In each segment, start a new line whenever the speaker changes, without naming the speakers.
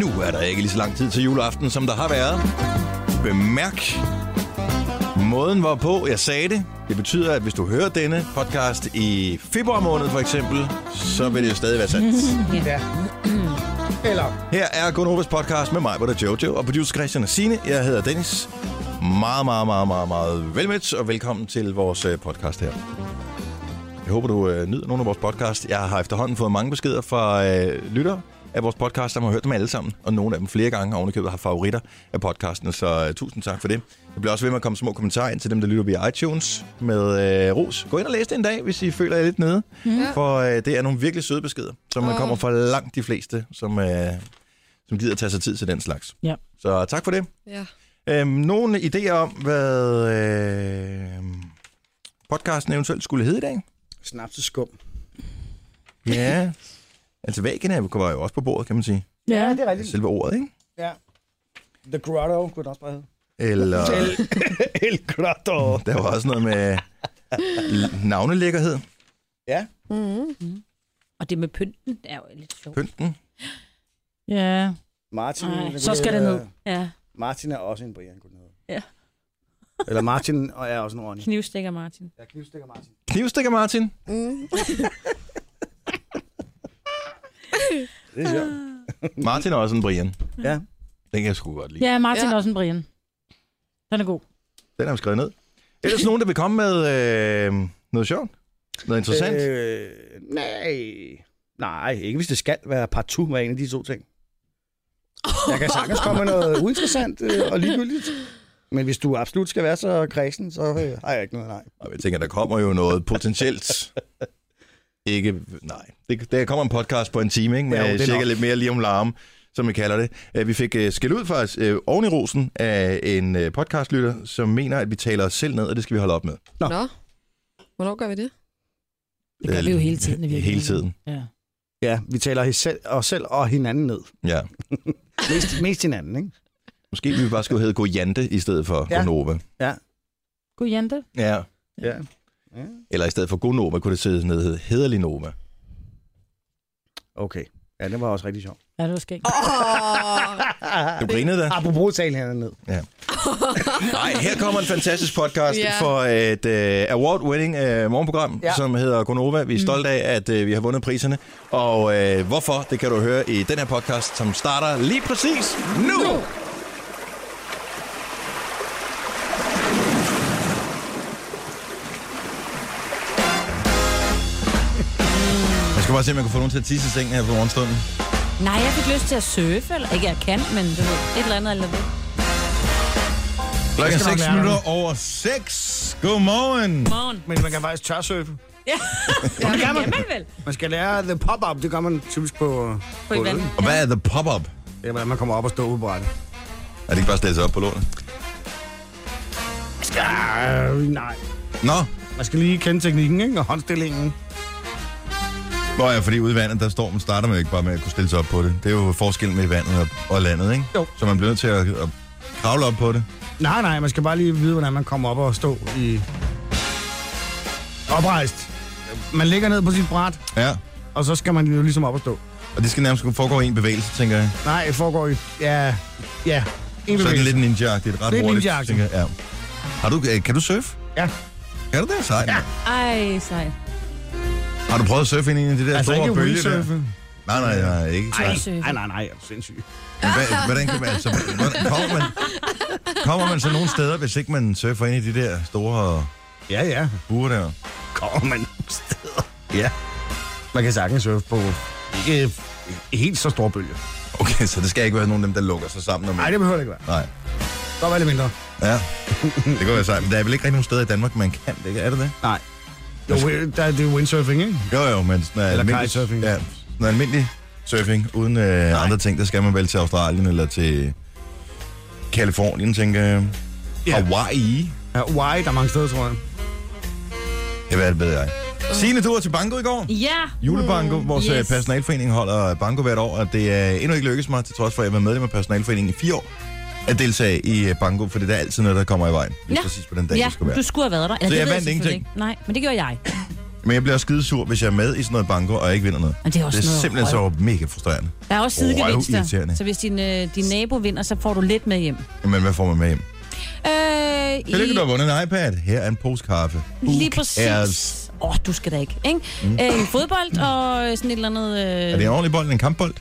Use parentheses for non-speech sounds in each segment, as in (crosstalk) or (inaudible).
nu er der ikke lige så lang tid til juleaften, som der har været. Bemærk måden, hvorpå jeg sagde det. Det betyder, at hvis du hører denne podcast i februar måned for eksempel, så vil det jo stadig være sandt.
Ja. Eller...
Her er Gunovas podcast med mig, hvor der Jojo, og producer Christian og Signe. Jeg hedder Dennis. Meget, meget, meget, meget, meget velmødt, og velkommen til vores øh, podcast her. Jeg håber, du øh, nyder nogle af vores podcast. Jeg har efterhånden fået mange beskeder fra øh, lyttere af vores podcast, som har hørt dem alle sammen, og nogle af dem flere gange, og ovenikøbet har favoritter af podcasten, så øh, tusind tak for det. Jeg bliver også ved med at komme små kommentarer ind til dem, der lytter via iTunes med øh, ros. Gå ind og læs det en dag, hvis I føler jer lidt nede, mm. for øh, det er nogle virkelig søde beskeder, som man kommer fra langt de fleste, som, øh, som gider tage sig tid til den slags.
Ja.
Så tak for det.
Ja.
Øhm, nogle idéer om, hvad øh, podcasten eventuelt skulle hedde i
(laughs)
dag?
Snapseskum.
Ja. altså, vagina kommer jo også på bordet, kan man sige.
Ja.
det er
Selve ordet, ikke?
Ja. The Grotto kunne den også bare hedde.
Eller,
(laughs) El Grotto.
(laughs) der var også noget
(laughs)
med l- navnelækkerhed.
Ja.
Mm-hmm.
Og det med pynten er jo lidt sjovt.
Pynten.
ja.
Martin.
Ej,
den kunne
så skal
hedde,
det ned.
øh,
Ja,
Martin er også en Brian, kunne den hedde.
Ja.
Eller Martin og er også en Ronny.
knivstikker Martin.
Jeg knivstikker Martin.
Knivstikker, Martin.
Mm.
Det er sjovt.
Martin er også en Brian.
Ja.
Den kan jeg sgu godt lide.
Ja, Martin ja.
Ja.
også en Brian. Den er god.
Den har vi skrevet ned. Ellers nogen, der vil komme med øh, noget sjovt? Noget interessant? Øh,
Øh, nej. Nej, ikke hvis det skal være partout med en af de to ting. Jeg kan sagtens komme med noget uinteressant øh, og ligegyldigt. Men hvis du absolut skal være så kredsen, så øh, har jeg ikke noget nej.
jeg tænker, der kommer jo noget potentielt. Ikke, nej. Det, der kommer en podcast på en time, ikke? Med
Ja, jo,
ja,
det er
cirka
nok.
lidt mere lige om larm, som vi kalder det. Øh, Vi fik øh, skæld ud faktisk øh, oven i rosen af en øh, podcastlytter, som mener, at vi taler os selv ned, og det skal vi holde op med.
Nå.
Nå. Hvornår gør vi det?
Det gør
Øh,
vi jo hele tiden. i virkeligheden.
Hele tiden,
Ja.
Ja, vi taler his- selv, os selv og hinanden ned.
ja.
Mest, mest hinanden, ikke?
Måske vi bare skulle hedde Gojante i stedet for ja.
Ja.
Gonova.
God Jante.
Ja.
Ja. ja.
Eller i stedet for Gonova kunne det sidde ned hedde Hederlig Nova.
Okay. Ja, det var også rigtig sjovt.
Ja, det var skægt.
(laughs)
Oh,
Du grinede da?
Apropos tal hinanden ned.
Nej, her kommer en fantastisk podcast
Ja.
yeah. for et uh, award-winning uh, morgenprogram, yeah.
Ja.
som hedder Gonova. Vi er stolte af, at uh, vi har vundet priserne. Og uh, hvorfor, det kan du høre i den her podcast, som starter lige præcis nu. nu. Jeg skal bare se, om jeg kunne få nogen til at tisse i sengen her på morgenstunden.
Nej, jeg fik lyst til at surfe, eller ikke jeg kan, men du ved, et eller andet eller det.
Klokken er
Jeg skal nok
6
lære
minutter over 6. Godmorgen.
Morgen.
Men man kan faktisk tørsurfe.
(laughs) Ja,
Ja, det kan man.
kan man vel.
Man skal lære the pop-up. Det gør man typisk på,
På i vandet.
Og hvad er The Pop-Up?
Det er, hvordan man kommer op og står ude på brættet.
Er det ikke bare at stille sig op på lånet?
Ja, øh, nej.
Nå,
Man skal lige kende teknikken, ikke? Og håndstillingen.
Nå ja, fordi ude i vandet, der stormen starter man jo ikke bare med at kunne stille sig op på det. Det er jo forskellen med vandet og, og landet, ikke?
Jo.
Så man bliver nødt til at, at kravle op på det.
Nej, nej, man skal bare lige vide, hvordan man kommer op og stå i... Oprejst. Man ligger ned på sit bræt,
Ja.
og så skal man jo ligesom op og stå.
Og det skal nærmest kunne foregå i en bevægelse, tænker jeg.
Nej, det foregår i... Ja,
Så er
ja. En
det
bevægelse.
lidt ninja-agtigt. Ret
Lidt
roligt,
ninja-agtigt.
tænker jeg. Ja. Har du, øh, kan du surfe?
Ja.
Kan du det? Sejt. Ja.
Ej, sej.
Har du prøvet at surfe ind i en af de der
Altså
store
ikke
bølger der?
windsurfe.
Nej, nej, nej, ikke.
Nej,
Surfe.
nej, nej, nej, er du sindssyg.
Men hvad, hvordan kan man, altså, hvordan, kommer, man, kommer man så nogle steder, hvis ikke man surfer ind i de der store
Ja, ja.
buer der?
Kommer man nogle steder. Ja. Man kan sagtens surfe på ikke ikke helt så store bølger.
Okay, så det skal ikke være nogen af dem, der lukker sig sammen. Når man...
Nej, det behøver det ikke være.
Nej.
Godt være lidt mindre.
Ja, (laughs) det kan være sejt. Men der er vel ikke rigtig nogen steder i Danmark, man kan det, ikke? er det det?
Nej. Jo, der er det er windsurfing, ikke?
Jo, jo, men sådan noget
Eller
almindelig,
kitesurfing.
ja, sådan noget almindelig surfing, uden øh, andre ting, der skal man vel til Australien eller til Kalifornien, tænker jeg.
Ja.
Hawaii.
Ja, why? Der er mange steder, tror jeg.
Ja, hvad ved jeg. Signe, du var til banko i går.
Ja,
Julebanko, vores Mm, yes.
yes.
personalforening holder banko hvert år, og det er endnu ikke lykkedes mig, til trods for, at jeg var medlem af personalforeningen i fire år, at deltage i øh, banko, for det er altid noget, der kommer i vejen. Lige ja.
Ja.
præcis på den dag, ja.
ja
det skulle være.
du skulle have været der. Eller,
Så
det
jeg
ved
vandt
selvfølgelig
ingenting?
ikke. Nej, men det gjorde jeg.
Men jeg bliver også skidesur, hvis jeg er med i sådan noget banko, og jeg ikke vinder noget.
Men det er også
Det er
noget
simpelthen
røv.
så mega frustrerende.
Der er også sidegevinster.
røvirriterende.
Så hvis din, øh, din nabo vinder, så får du lidt med hjem.
Men hvad får man med hjem?
Øh,
Tillykke, du har vundet en iPad. Her er en pose kaffe. Who
Lige præcis.
cares?
Åh, oh, du skal da ikke, ikke? Mm. Øh, en fodbold og øh, sådan et eller andet... Øh...
Er det en ordentlig bold, en kampbold?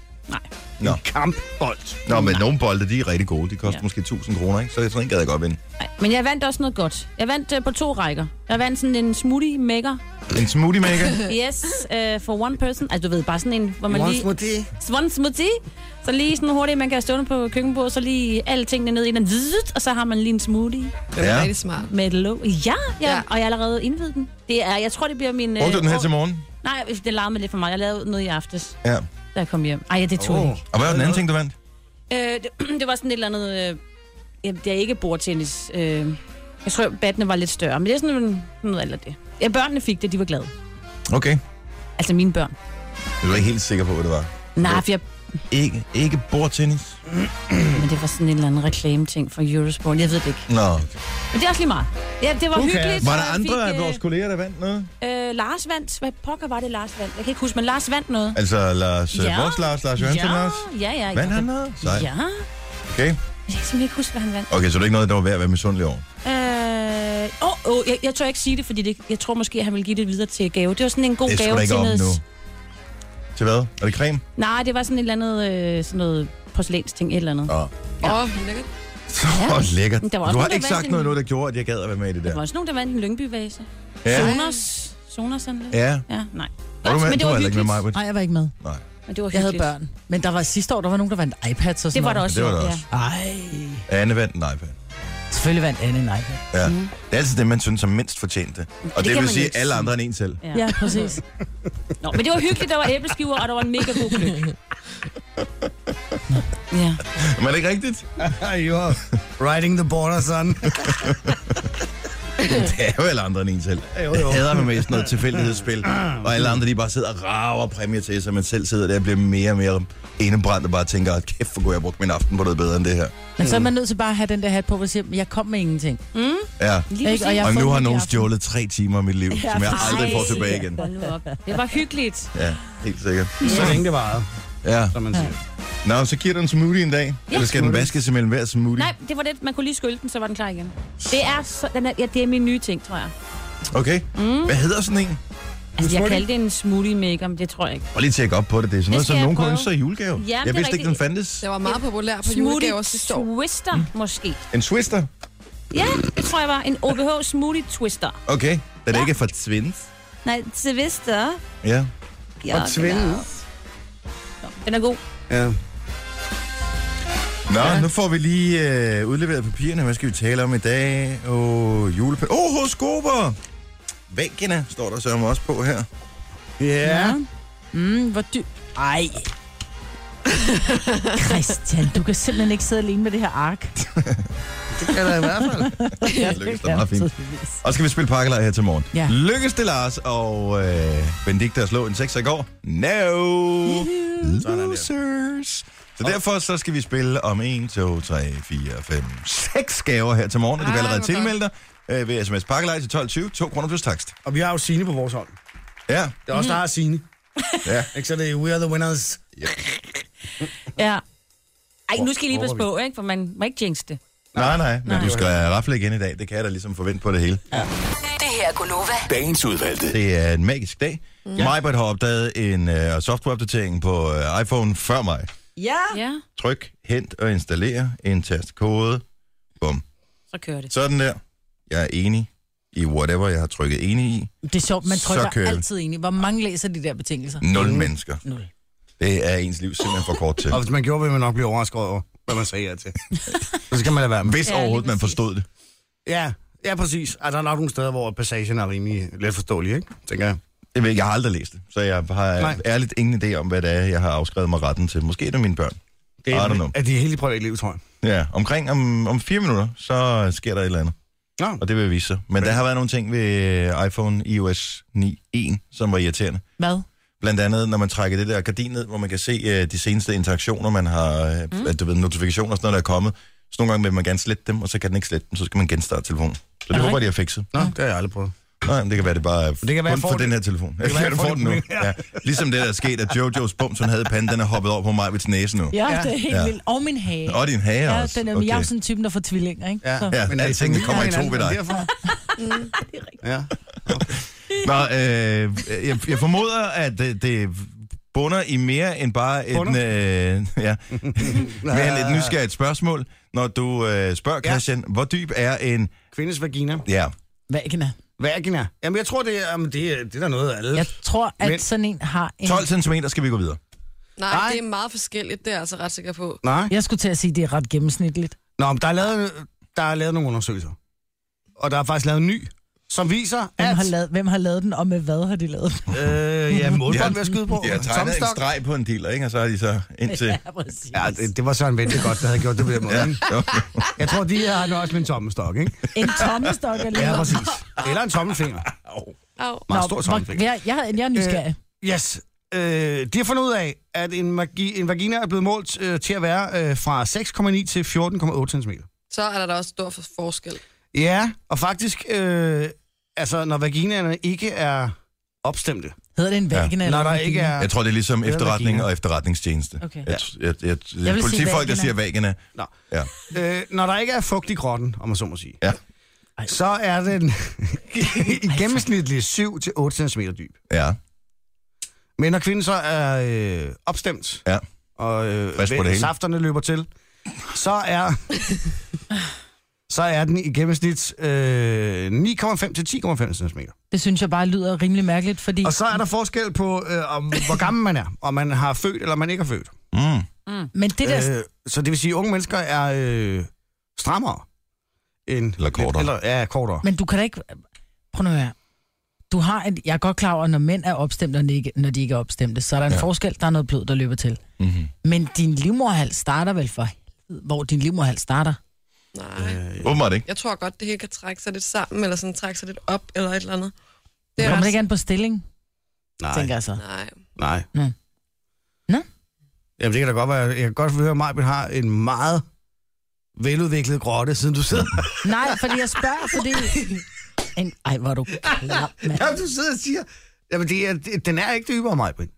Kampbold.
Nå, men nogle bolde, de er rigtig gode. De koster ja.
Ja.
måske 1000 kroner, ikke? Så sådan en gad jeg godt vinde.
Ej, Men jeg vandt også noget godt. Jeg vandt øh, på to rækker. Jeg vandt sådan en smoothie maker.
En smoothie
(laughs)
maker.
Yes,
(laughs)
øh, for one person. Altså, du ved, bare sådan en, hvor man lige...
smoothie.
One smoothie. Så lige sådan hurtigt, man kan stå på køkkenbordet, så lige alle tingene ned i den. Zzzt, Og så har man lige en smoothie
Det var
Ja.
ja. rigtig smart.
med et låg. Ja, ja,
Ja.
ja, og jeg har allerede indvidet den. Det er, jeg tror, det bliver min...
Brugte du den her
år-
til morgen?
Nej, den larmede lidt for meget. Jeg lavede noget i aftes,
Ja.
da jeg kom hjem. Ej, ja, det tog oh.
Åh.
ikke.
Og hvad var den anden ting, du vandt?
Øh, det, (clears throat) det var sådan et eller andet... Øh, jamen, det er ikke bordtennis. Øh, jeg tror, battene var lidt større, men det er sådan en- noget eller det. Ja, børnene fik det, de var glade.
Okay.
Altså mine børn.
Jeg var ikke helt sikker på, hvad det var.
Nej, for jeg,
Ikke, ikke bordtennis?
men det var sådan en eller anden reklame-ting fra Eurosport. Jeg ved det ikke.
Nå.
Men det er også lige meget. Ja, det var
Okay.
okay. hyggeligt.
Var
og
der
jeg
andre af
fik, øh,
vores kolleger, der vandt noget?
Øh, Lars vandt. Hvad pokker var det, Lars vandt? Jeg kan ikke huske, men Lars vandt noget.
Altså Lars, ja.
Ja.
vores Lars, Lars Jørgensen ja. Lars.
ja, ja.
Vandt
ja.
han noget? Sej.
Ja.
Okay.
Jeg kan simpelthen ikke huske, hvad han vandt.
Okay, så det er ikke noget, der var værd at være misundelig over.
Øh, åh, åh, jeg, jeg tør ikke sige det, fordi det, jeg tror måske, at han vil give det videre til gave. Det var sådan en god
det er sgu
gave
da ikke
til
om
noget...
nu. Til hvad? Er det creme?
Nej, det var sådan et eller andet, øh, sådan noget porcelænsting, et eller andet.
Åh, oh.
Åh, oh, lækkert.
ja. oh, lækkert.
Men der var
Du
også
har
nogen, der
ikke
vandt
sagt
en-
noget nu, der gjorde, at jeg gad at være med i det
Der var
der.
også nogen, der vandt en Lyngby-vase.
Ja.
Sonos. Sonos anlæg. Ja.
Ja.
ja, nej.
Var du med?
men
Du
det
var heller
var
ikke med
hyggeligt.
mig.
Nej, jeg var ikke med.
Nej.
Men det var
Jeg havde
hyggeligt.
børn. Men der var sidste år, der var nogen, der vandt iPads og sådan
Det var der
noget.
også.
det var
jo,
der
ja.
også.
Ej,
Anne vandt en iPad.
selvfølgelig vandt Anne en iPad.
Ja. Mm. Det er altid det, man synes er mindst fortjente. Og det,
det kan
det vil
man jo
sige
ikke
alle
sige.
andre end en selv.
Ja.
Ja, præcis.
Nå, men det var hyggeligt, der var æbleskiver, og der var en mega god gløb. Ja.
Men er det ikke rigtigt?
you are riding the border, son.
Det er jo alle andre end en selv.
jo,
Jeg
jo.
hader mig med i sådan noget
(clears throat)
tilfældighedsspil. Og alle andre, de bare sidder og rager præmier til sig, men selv sidder der og bliver mere og mere indebrændt og bare tænker, at kæft, hvor kunne jeg bruge min aften på noget bedre end det her.
Men så er man nødt til bare at have den der hat på, hvor siger, jeg kom med ingenting.
Ja.
Lige
Ikke? Og
præcis.
jeg-
Og
får
nu
den
har
i
nogen
aften.
stjålet tre timer af mit liv, som jeg aldrig får
Ej,
tilbage igen.
hold nu op. Det var hyggeligt.
Ja, helt sikkert.
(laughs) Så længe det varede,
Ja.
som man siger.
Nå, så giver du en smoothie en dag. Eller skal den
Smoothie.
vaskes imellem hver smoothie?
Nej, det var det. Man kunne lige skylle den, så var den klar igen. Det er, så, den er, ja, det er min nye ting, tror jeg.
Okay. Hvad hedder sådan en?
Altså, jeg
smoothie?
kaldte det en smoothie maker, men det tror jeg ikke.
Prøv lige at tjekke op på det. Det er sådan noget,
Det skal
som
jeg
nogen kunne
prøve.
ønske sig i julegave.
men det er
Jeg vidste ikke,
rigtigt.
den fandtes.
Det var meget populær på
Smoothie
julegaver sidste år.
twister,
Mm.
måske.
En twister?
Ja, det tror jeg var. En OBH smoothie twister.
Okay. Den er ikke fra Twins.
Nej, twister.
Ja.
Ja,
Og tvinden.
Den er god.
Ja.
Nå, ja. nu får vi lige øh, udleveret papirerne. Hvad skal vi tale om i dag? Åh, julepen. Åh, oh, horoskoper! Væggene står der sørme også på her.
Ja.
Mm, hvor dybt. (laughs) Ej. Christian, du kan simpelthen ikke sidde alene med det her ark.
Det kan der i hvert
(laughs)
fald.
Ja, lykkes det meget fint. Og skal vi spille pakkelej her til morgen.
Ja.
Lykkes det, Lars og øh, Benedikte at slå en 6 i går? No!
Sådan der.
Losers! Så derfor så skal vi spille om 1, 2, 3, 4, 5, 6 gaver her til morgen. Og du kan
Ej,
allerede
hvor
tilmelde dig øh, ved sms pakkelej til 12.20. 2 kroner plus takst.
Og vi har jo Signe på vores hold.
Ja.
Det er også der har Signe.
Ja.
Ikke så det er We are the winners.
Ja. Ej, nu skal I lige passe
Hvor- hvor
på, ikke? For man må ikke jinx det.
Nej, nej. Men nej. du skal rafle igen i dag. Det kan jeg da ligesom forvente på det hele.
Det her er Gunova.
Dagens udvalgte.
Det er en magisk dag. Mm. Majbert har opdaget en øh, softwareopdatering på øh, iPhone før mig.
Ja.
Ja,
Tryk, hent og installer. Indtast kode. Bum.
så kører det.
Sådan der. Jeg er enig i whatever, jeg har trykket enig i.
Det er sjovt, man
Så
trykker
kører vi.
altid egentlig. Hvor mange læser de der betingelser?
Nul mennesker.
Nul.
Det er ens liv simpelthen for kort til.
Og hvis man gjorde, ville man nok blive overrasket over, hvad man sagde her (laughs) til. så skal man lade være med.
Hvis
Ja, lige
overhovedet man
præcis.
forstod det.
Ja, ja præcis. Altså, der er nok nogle steder, hvor passagen er rimelig let forståelig, ikke? Tænker jeg.
Jeg, ved, ikke, jeg har aldrig læst det, så jeg har
Nej.
ærligt ingen idé om, hvad det er, jeg har afskrevet mig retten til. Måske er det mine børn.
Det
I don't
er,
know.
er det hele privatliv, tror jeg.
Ja, omkring om, om fire minutter, så sker der et eller andet.
Nå.
Og det vil vise sig. Men okay. der har været nogle ting ved iPhone iOS 9.1, som var irriterende.
Hvad?
Blandt andet, når man trækker det der gardin ned, hvor man kan se øh, de seneste interaktioner, man har, mm. at, du ved, notifikationer og sådan noget, der er kommet. Så nogle gange vil man gerne slette dem, og så kan den ikke slette dem, så skal man genstarte telefonen. Så det
det
håber jeg, de har fikset.
Nå, det har jeg aldrig prøvet.
Nej, men det kan være, det bare er
kan være,
kun
jeg får
for
det.
den her telefon. Det
kan
(laughs)
være,
jeg får den nu. Ja. Ligesom det, der er sket, at Jojos bums, hun havde i panden, den er hoppet over på mig ved næse nu.
Ja, det er helt
Ja.
ja. vildt. Og min hage.
Og din hage
ja,
også.
den er, okay. jeg er jo sådan typen, der får tvillinger, ikke?
Ja,
Så.
Ja,
men altså, er I
alting, det kommer i to
familie
ved dig.
(laughs)
Derfor.
Mm,
ja.
Nå, øh, jeg, jeg formoder, at det, det bunder i mere end bare et,
Bunder?
øh, ja, mere end et nysgerrigt spørgsmål, når du øh, spørger
Ja.
Christian, hvor dyb er en...
Kvindes vagina.
Ja,
Vagina.
Vagina. Jamen, jeg tror, det er, jamen, det, er- det er der noget af alle.
Jeg tror, at
Men-
Men... sådan en har en...
12 cm skal vi gå videre.
Nej,
Nej.
det er meget forskelligt, det er jeg altså ret sikker på.
Nej.
Jeg skulle til at sige, at det er ret gennemsnitligt.
Nå, men der er, lavet, der er lavet nogle undersøgelser. Og der er faktisk lavet en ny, som viser,
Hvem,
at...
har lavet, hvem har lavet den, og med hvad har de lavet den?
Øh,
(laughs)
ja, målbånd vil jeg skyde på.
Jeg har tegnet en
Tomstok.
streg på en dealer, ikke? Og så har de så
(laughs)
indtil... Ja.
præcis.
Ja, det, det var Søren Vente godt, der havde gjort det på den måde.
Ja,
ikke?
jo.
Jeg tror, de har nøjes med en tommelstok, ikke?
En tommestok er
Ja,
lavet.
præcis. Eller en tommelfinger.
Au.
Meget
Nå,
stor
hvor-
tommelfinger.
Jeg, jeg, jeg er nysgerrig.
Yes. Øh, de har fundet ud af, at en, magi, en vagina er blevet målt øh, til at være øh, fra 6,9 til 14,8 cm.
Så er der da også stor forskel.
Ja, og faktisk, øh, altså, når vaginaerne ikke er opstemte,
Hedder det en vagina?
når
eller
der
en
ikke
vagina?
er...
Jeg tror, det er ligesom
Det er
efterretning
vagina.
og efterretningstjeneste.
Okay.
Jeg, jeg, jeg,
sige
jeg politifolk, der
vagina.
siger vagina.
Nå.
Ja.
Øh, når der ikke er fugt i grotten, om man så må sige,
Ja.
så er den i gennemsnitlig 7-8 cm dyb.
Ja,
Men når kvinden så er øh, opstemt,
ja.
og øh,
Frisk på
væ-
det hele.
safterne løber til, så er, så er den i gennemsnit øh, 9,5 til 10,5 cm.
Det synes jeg bare lyder rimelig mærkeligt, fordi...
Og så er der forskel på, øh, om, hvor gammel man er, om man har født eller man ikke har født.
Mm.
Men det der...
Øh, så det vil sige, at unge mennesker er øh, strammere. End,
Eller kortere.
Eller, ja, kortere.
Men du kan da ikke... Prøv nu at høre. Du har en, jeg er godt klar over, at når mænd er opstemte, og ikke- når de ikke er opstemte, så er der en
Ja.
ja. forskel. Der er noget blod, der løber til.
Mm-hmm.
Men din livmorhals starter vel for helvede, hvor din livmorhals starter.
Nej.
Åbenbart ikke.
Jeg tror godt, det hele kan trække sig lidt sammen, eller sådan trække sig lidt op, eller et eller andet.
Det kommer
ret-
det ikke an på stilling, Nej. tænker
Nej,
jeg så.
Nej.
nej.
Nå. Nå?
Jamen, det kan da godt være. Jeg kan godt høre, at Majbet har en meget veludviklet grotte, siden du sidder.
Nej, fordi jeg spørger, fordi... En, ej, hvor er du klar, mand.
Jamen, du sidder og siger, jamen, det er, det, den er ikke dybere, Majbet.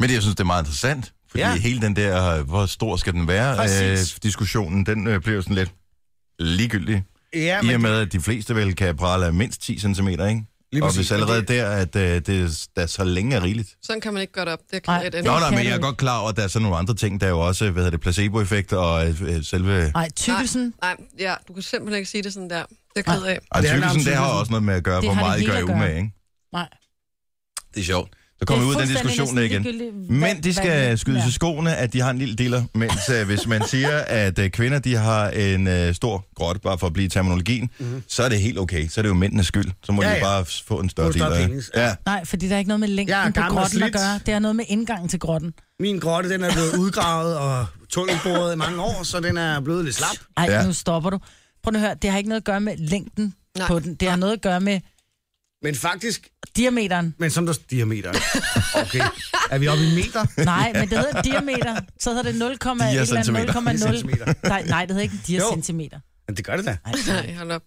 Men det, jeg synes, det er meget interessant, fordi ja.
Ja.
hele den der, øh, hvor stor skal den være, øh,
Præcis.
diskussionen, den øh, bliver jo sådan lidt ligegyldig.
Ja,
I og med, at de fleste vel kan prale af mindst 10 cm, ikke?
Lige
og
præcis.
hvis allerede
Men
der, at øh, det, der så længe er rigeligt.
Sådan kan man ikke gøre det op. Det kan
Nej.
jeg et
Nå,
andet.
nej,
kan
men
det
jeg er
jo.
godt klar over, at der er sådan nogle andre ting. Der er jo også, hvad hedder det, placeboeffekt og øh, øh, selve...
Nej, tykkelsen,
Nej, ja, du kan simpelthen ikke sige det sådan der. Det er jeg ked af.
Ej,
det handler om
tykkelsen, det har
tykkelsen.
også noget med at gøre,
Det
hvor
har det
meget I
hele
gør
at gøre.
umage, ikke?
Nej.
Det er sjovt. Så kommer vi ud af den diskussion igen. Mænd, de skal skydes i skoene, at de har en lille dealer, mens øh, hvis man siger, at øh, kvinder, de har en øh, stor grotte, bare for at blive i terminologien, mm-hmm. så er det helt okay. Så er det jo mændenes skyld. Så må ja,
Ja,
de
ja.
bare f- få en større
Få en større
dealer. ikke?
penis, ja.
Ja,
Nej, fordi der er ikke noget med længden
Jeg er
på
gammel og
grotten at
slidt.
gøre. Det er noget med indgangen til grotten.
Min grotte, den er blevet udgravet og tunnelboret i mange år, så den er blevet lidt slap.
Ej,
Ja.
ja. nu stopper du. Prøv nu at høre, det har ikke noget at gøre med længden
Nej.
Nej. på den. Det har noget at gøre med
Men faktisk,
diameteren.
men som der diameter. Okay, er vi oppe i meter?
Nej, men det hedder diameter. Så hedder det 0,1
Dia centimeter.
eller 0,0.
Centimeter.
Nej, nej, det hedder ikke en
Jo.
diacentimeter.
Men det gør det da.
Nej,
Nej, hold op.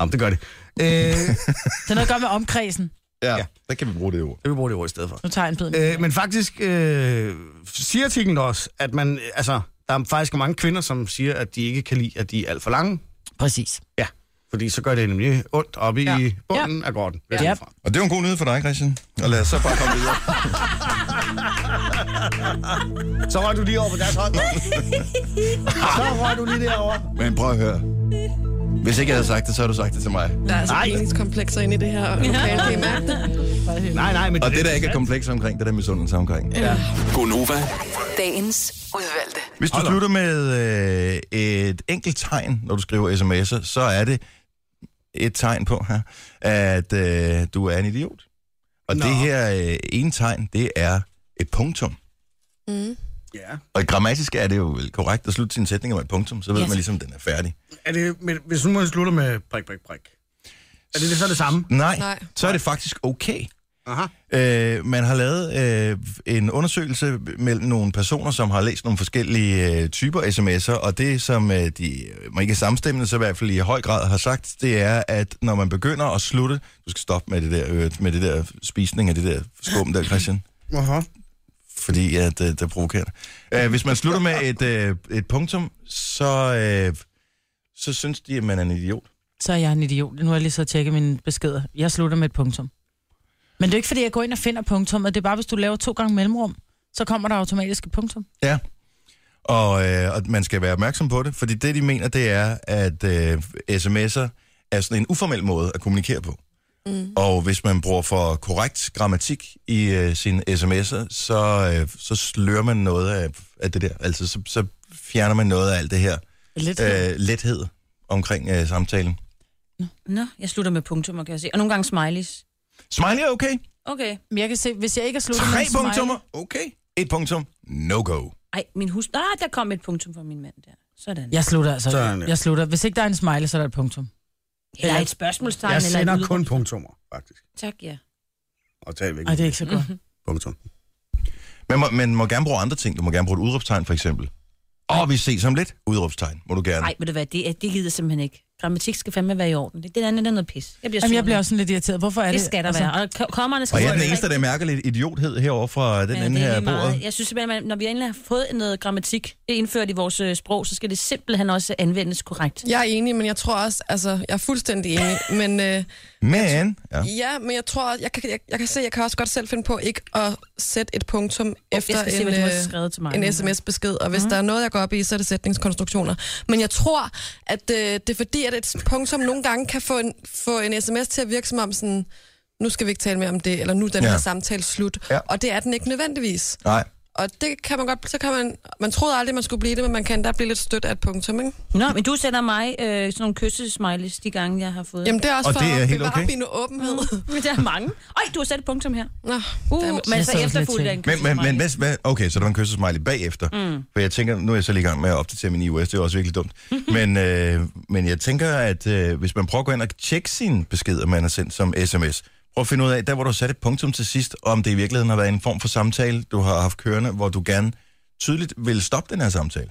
Jamen, det gør det. Øh,
det er noget at gøre med omkredsen.
ja,
Ja.
der kan vi bruge det ord.
det vil bruge det ord i stedet for.
Nu tager jeg en bid.
Øh, men faktisk øh, siger artiklen også, at man, øh, altså, der er faktisk mange kvinder, som siger, at de ikke kan lide, at de er alt for lange.
Præcis.
Ja. Fordi så gør det nemlig ondt oppe ja. i bunden ja. af gården. vil jeg
Ja.
gå ud fra.
Og det er jo en god nyhed for dig, Christian. Og lad os så bare komme videre.
Så røg du lige over på deres hånd. så røg du lige derovre.
Men prøv at høre. Hvis ikke jeg havde sagt det, så har du sagt det til mig.
Der er altså meningskomplekser ind i det her lokale, kan I mærke det?
Nej, nej, men
Og det, der ikke er komplekst omkring, det er der misundelse omkring.
Gonova.
Dagens udvalgte.
Hvis du slutter med øh, et enkelt tegn, når du skriver sms'er, så er det et tegn på her, at øh, du er en idiot. Og Nå.
Nå.
det her øh, ene tegn, det er et punktum.
Mm.
ja.
Og grammatisk er det jo vel korrekt at slutte sin sætning med et punktum, så ved yes.
Yes.
man ligesom, at den er færdig.
Er det, men, hvis nu man slutter med prik, prik, prik. Er det, det så det samme?
Nej, Nej,
Nej.
så er det faktisk okay.
Aha.
Øh, man har lavet øh, en undersøgelse mellem nogle personer, som har læst nogle forskellige øh, typer sms'er, og det, som øh, de, man ikke er samstemmende, så i hvert fald i høj grad har sagt, det er, at når man begynder at slutte, du skal stoppe med det der, øh, med det der spisning af det der skum der, Christian,
Aha.
fordi at, øh, det er provokerende. Øh, hvis man slutter med et, øh, et punktum, så, øh, så synes de, at man er en idiot.
så er jeg en idiot. Nu har jeg lige så tjekket mine beskeder. Jeg slutter med et punktum. Men det er ikke, fordi jeg går ind og finder punktummet. Det er bare, hvis du laver to gange mellemrum, så kommer der automatisk et punktum.
Ja. Og, øh, og man skal være opmærksom på det, fordi det, de mener, det er, at øh, sms'er er sådan en uformel måde at kommunikere på. Mm. Og hvis man bruger for korrekt grammatik i øh, sine sms'er, så, øh, så slører man noget af, af det der. Altså, så, så fjerner man noget af alt det her
Lidt.
øh, lethed omkring øh, samtalen.
Nå, jeg slutter med punktummer, kan jeg se. Og nogle gange smileys.
Smiley er okay.
Okay.
Men jeg kan se, hvis jeg ikke er sluttet
Tre
en smiley-
punktummer. Okay. Et punktum. No go.
Ej, min hus... Ah, der kom et punktum fra min mand der. Sådan.
Jeg slutter altså.
Sådan, ja.
Jeg slutter. Hvis ikke der er en smiley, så er der et punktum.
Eller et spørgsmålstegn.
Jeg
eller
sender
et
kun
udråb.
punktummer, faktisk.
Tak, ja.
Og tal væk.
Nej, det er ikke så godt.
Punktum.
Man må, man må gerne bruge andre ting. Du må gerne bruge et udråbstegn, for eksempel. Og vi ses om lidt. Udråbstegn, må du gerne.
Nej, ved du hvad, det, er- det gider jeg simpelthen ikke. Grammatik skal fandme være i orden. Det, det andet det er noget pis. Jeg bliver
Jamen,
sur
jeg bliver
nu.
også sådan lidt irriteret. Hvorfor er det? altså-
Det skal der være. Og ko- kommerne skal
Og jeg er den
være-
eneste, der mærker lidt idiothed herovre fra den
Ja,
ja, anden
det er
her
lige meget.
bordet.
Jeg synes simpelthen, at når vi endelig har fået noget grammatik indført i vores øh, sprog, så skal det simpelthen også anvendes korrekt.
Jeg er enig, men jeg tror også, altså, jeg er fuldstændig enig, men øh,
Men, ja.
ja, men jeg tror, jeg kan, jeg, jeg kan se, jeg kan også godt selv finde på ikke at sætte et punktum efter
jeg skal se,
en,
hvad du har
øh,
skrevet til mig. Mhm.
en sms-besked, og hvis der er noget, jeg går op i, så er det sætningskonstruktioner. Men jeg tror, at øh, det er fordi, at et punktum nogle gange kan få en, få en sms til at virke som om sådan, nu skal vi ikke tale mere om det, eller nu er den
Ja.
ja. her samtale slut.
Ja.
Ja. Og det er den ikke nødvendigvis.
Nej.
Og det kan man godt, så kan man, man troede aldrig, man skulle blive det, men man kan da blive lidt stødt af et punktum, ikke?
Nå, men du sender mig øh, sådan nogle kyssesmileys, de gange, jeg har fået.
Jamen det er også
Og
for
det er
at
helt
bevare
okay.
min åbenhed.
(laughs) Men der er mange. Øj, du har sat et punktum her.
Nå,
Uh,
dammit.
men
Jeg
så
sad også lidt
efterfulgt af en
til.
Men, men, men
kyssesmiley.
hvad, hvad, okay, så der var en kyssesmiley bagefter. Mm. For jeg tænker, nu er jeg så lige i gang med at opdatere min iOS, det er også virkelig dumt. men, øh, men jeg tænker, at øh, hvis man prøver at gå ind og tjekke sine beskeder, man har sendt som sms, prøv at finde ud af, der hvor du har sat et punktum til sidst, om det i virkeligheden har været en form for samtale, du har haft kørende, hvor du gerne tydeligt vil stoppe den her samtale.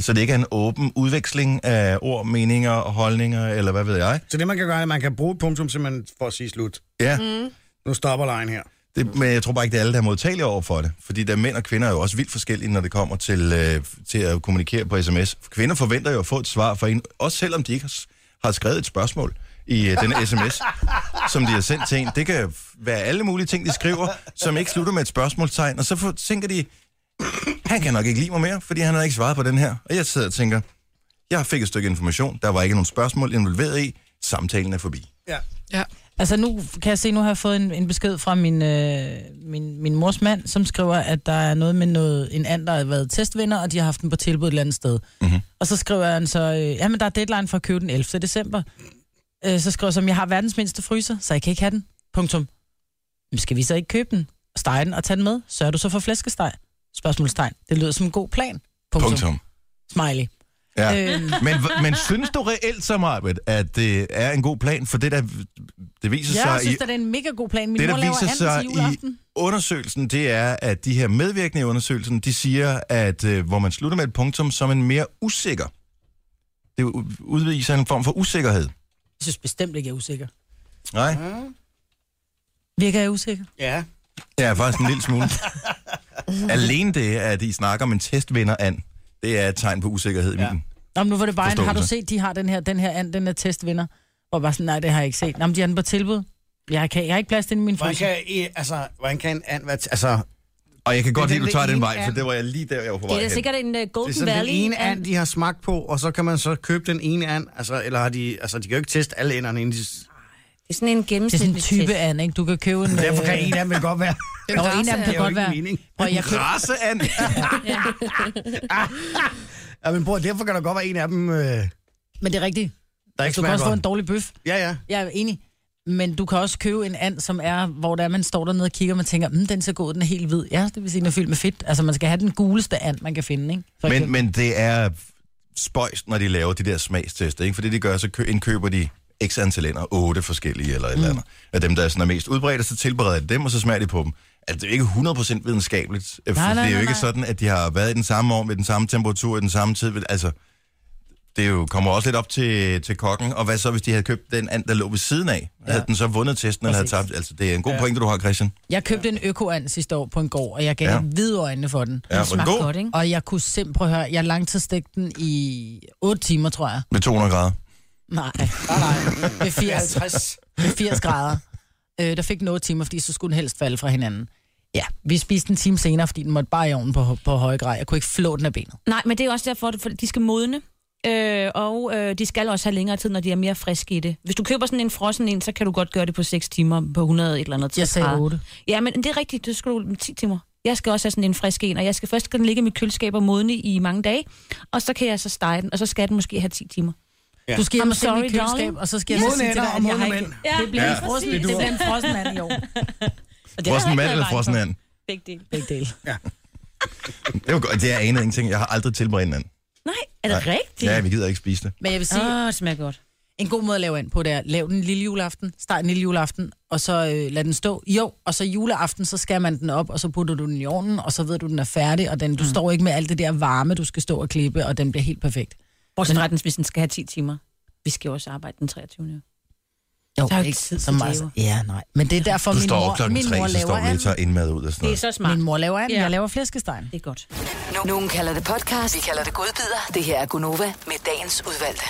Så det ikke er en åben udveksling af ord, meninger, holdninger, eller hvad ved jeg.
Så det, man kan gøre, er, at man kan bruge et punktum simpelthen for at sige slut.
Ja,
Nu stopper lejen her.
Det, men jeg tror bare ikke, det er alle, der er modtagelige over for det. Fordi der mænd og kvinder er jo også vildt forskellige, når det kommer til, øh, til at kommunikere på sms. Kvinder forventer jo at få et svar fra en, også selvom de ikke har, s- har skrevet et spørgsmål i øh, denne sms, som de har sendt til en. Det kan være alle mulige ting, de skriver, som ikke slutter med et spørgsmålstegn. Og så for, tænker de, han kan nok ikke lide mig mere, fordi han har ikke svaret på den her. Og jeg sidder og tænker, jeg fik et stykke information, der var ikke nogen spørgsmål involveret i, samtalen er forbi.
Ja.
Ja.
Altså nu kan jeg se, nu har jeg fået en, en besked fra min, øh, min, min mors mand, som skriver, at der er noget med noget, en anden, der har været testvinder, og de har haft den på tilbud et eller andet sted.
Mhm.
Mm-hmm. Og så skriver han så, øh, jamen der er deadline for at købe den 11. december. Øh, så skriver jeg som, jeg har verdens mindste fryser, så jeg kan ikke have den. Punktum. Men skal vi så ikke købe den, stege den og tage den med? Sørger du så for flæskesteg? Spørgsmålstegn. Det lyder som en god plan. Punktum. Punktum.
Punktum.
Smiley.
Ja.
Øhm,
Men, men synes du reelt som arbejde, at det er en god plan? For det, der det viser sig
jeg synes,
i
da, det er en mega god plan. Min
Det,
mor
der
laver
viser
anden
sig
til
i-
juleaften.
undersøgelsen, det er, at de her medvirkende i undersøgelsen, de siger, at øh, hvor man slutter med et punktum, så er man mere usikker. Det u- udviser en form for usikkerhed.
Jeg synes bestemt ikke, jeg er usikker.
Nej,
Mm. Virker jeg usikker?
Ja.
jeg er faktisk en lille smule. Alene det, at I snakker om en testvinder an, det er et tegn på usikkerhed i ja. min.
Nå, men nu var det bare en, har du
Forståelse.
set, de har den her, den her and, den er testvinder. Og bare sådan, nej, det har jeg ikke set. Nå, men de har den på tilbud. Jeg, kan, jeg har ikke plads til den i min
Hvordan
fryser.
kan, I, altså, hvordan kan en and være... T- altså,
Og jeg kan godt
Det
lide, at
er
du
den
tager den
ene
vej, for
and.
det var jeg lige der, jeg var på vej
Det er
hen.
da sikkert en uh,
det er
Golden
sådan
Valley.
den ene
and-
and, de har smagt på, og så kan man så købe den ene and. Altså, eller har de... Altså, de kan jo ikke teste alle enderne, inden de...
Det er sådan en
Det er sådan en
gennemsnitlig
type
test.
and, ikke? Du kan købe en... øh,
Derfor kan en and vel godt være... (laughs)
Nå, en af dem
Det
kan
er jo
godt
ikke
være.
mening.
Og jeg køb,
Raseand!
(laughs)
Ja, men bror, derfor kan der godt være en af dem, øh, der
men det er rigtigt.
ikke
Du kan
smager
også få en
godt.
dårlig bøf.
Ja, ja.
Jeg er enig. Men du kan også købe en and, som er, hvor der man står dernede og kigger, og man tænker, mm, den ser god, ud, den er helt hvid. Ja, det vil sige, den er fyldt med fedt. Altså, man skal have den guleste and, man kan finde, ikke? For
Men,
eksempel.
men det er spøjst, når de laver de der smagstester, ikke? Fordi de gør, så kø- indkøber de x antal ænder, otte forskellige eller et eller andet, af dem, der sådan er mest udbredte, så tilbereder de dem, og så smager de på dem. Altså, det er jo ikke 100% videnskabeligt, nej,
nej,
det er jo
nej,
ikke
nej.
sådan, at de har været i den samme ovn, ved den samme temperatur, i den samme tid. Altså, det er jo, kommer også lidt op til, til kokken, og hvad så, hvis de havde købt den and, der lå ved siden af? Ja. Havde den så vundet testen, eller havde
Præcis.
tabt? Altså, det er en god ja. pointe, du har, Christian.
Jeg købte en økoand sidste år på en gård, og jeg gav
Ja.
ja. hvide øjnene for den.
Ja,
Den
var den
smagte
god?
godt, ikke?
Og jeg kunne simpelthen, prøv at høre, jeg langtidsstægte den i 8 timer, tror jeg.
Med 200 grader.
Nej, nej, nej. Ved 80, ved 80 grader. Øh, der fik den 8 timer, fordi så skulle den helst falde fra hinanden. Ja, vi spiste en time senere, fordi den måtte bare i ovnen på, på høje grej. Jeg kunne ikke flå den af benet.
Nej, men det er også derfor, at de skal modne. Øh, og øh, de skal også have længere tid, når de er mere friske i det. Hvis du køber sådan en frossen en, så kan du godt gøre det på 6 timer på 100 et eller andet.
Jeg sagde
grader.
8.
Ja, men det er rigtigt. Det skal du 10 timer. Jeg skal også have sådan en frisk en, og jeg skal først skal den ligge i mit køleskab og modne i mange dage, og så kan jeg så stege den, og så skal den måske have 10 timer.
Du skal hjem
I'm
og sætte den i
sorry,
køleskab,
darling.
og så skal jeg så sige til dig, at jeg har ikke...
Ja,
Det bliver
Ja.
en frossen, det bliver en frossen mand i år.
Og det er der
Frossen mand
ikke noget
eller
vejen
frossen
for.
and?
Begge dele.
Begge dele.
Det var godt. Det er anet ingenting. Jeg har aldrig tilberedt en anden.
Nej, er det
Nej.
rigtigt?
Ja, vi gider ikke spise det.
Men jeg vil sige,
Åh, det smager godt.
En god måde at lave ind på, det er, lav den lille juleaften, start den lille juleaften, og så øh, lad den stå. Jo, og så juleaften, så skærer man den op, og så putter du den i ovnen, og så ved du, den er færdig, og den, du mm. står ikke med alt det der varme, du skal stå og klippe, og den bliver helt perfekt.
Bortset fra, den, hvis den skal have 10 timer. Vi skal jo også arbejde den 23. jo.
Jo,
Der er jo ikke tid til det, jo.
Ja, nej. Men det er derfor,
Du
min
står op
mor,
klokken
min
tre,
mor
så
laver
står vi og
anden.
tager indmad ud og sådan
Det er
noget.
så smart.
Min mor laver anden.
Ja.
Jeg laver flæskesteg.
Det er godt.
No- Nogen kalder det podcast, vi kalder det godbider. Det her er Gunova med dagens udvalgte.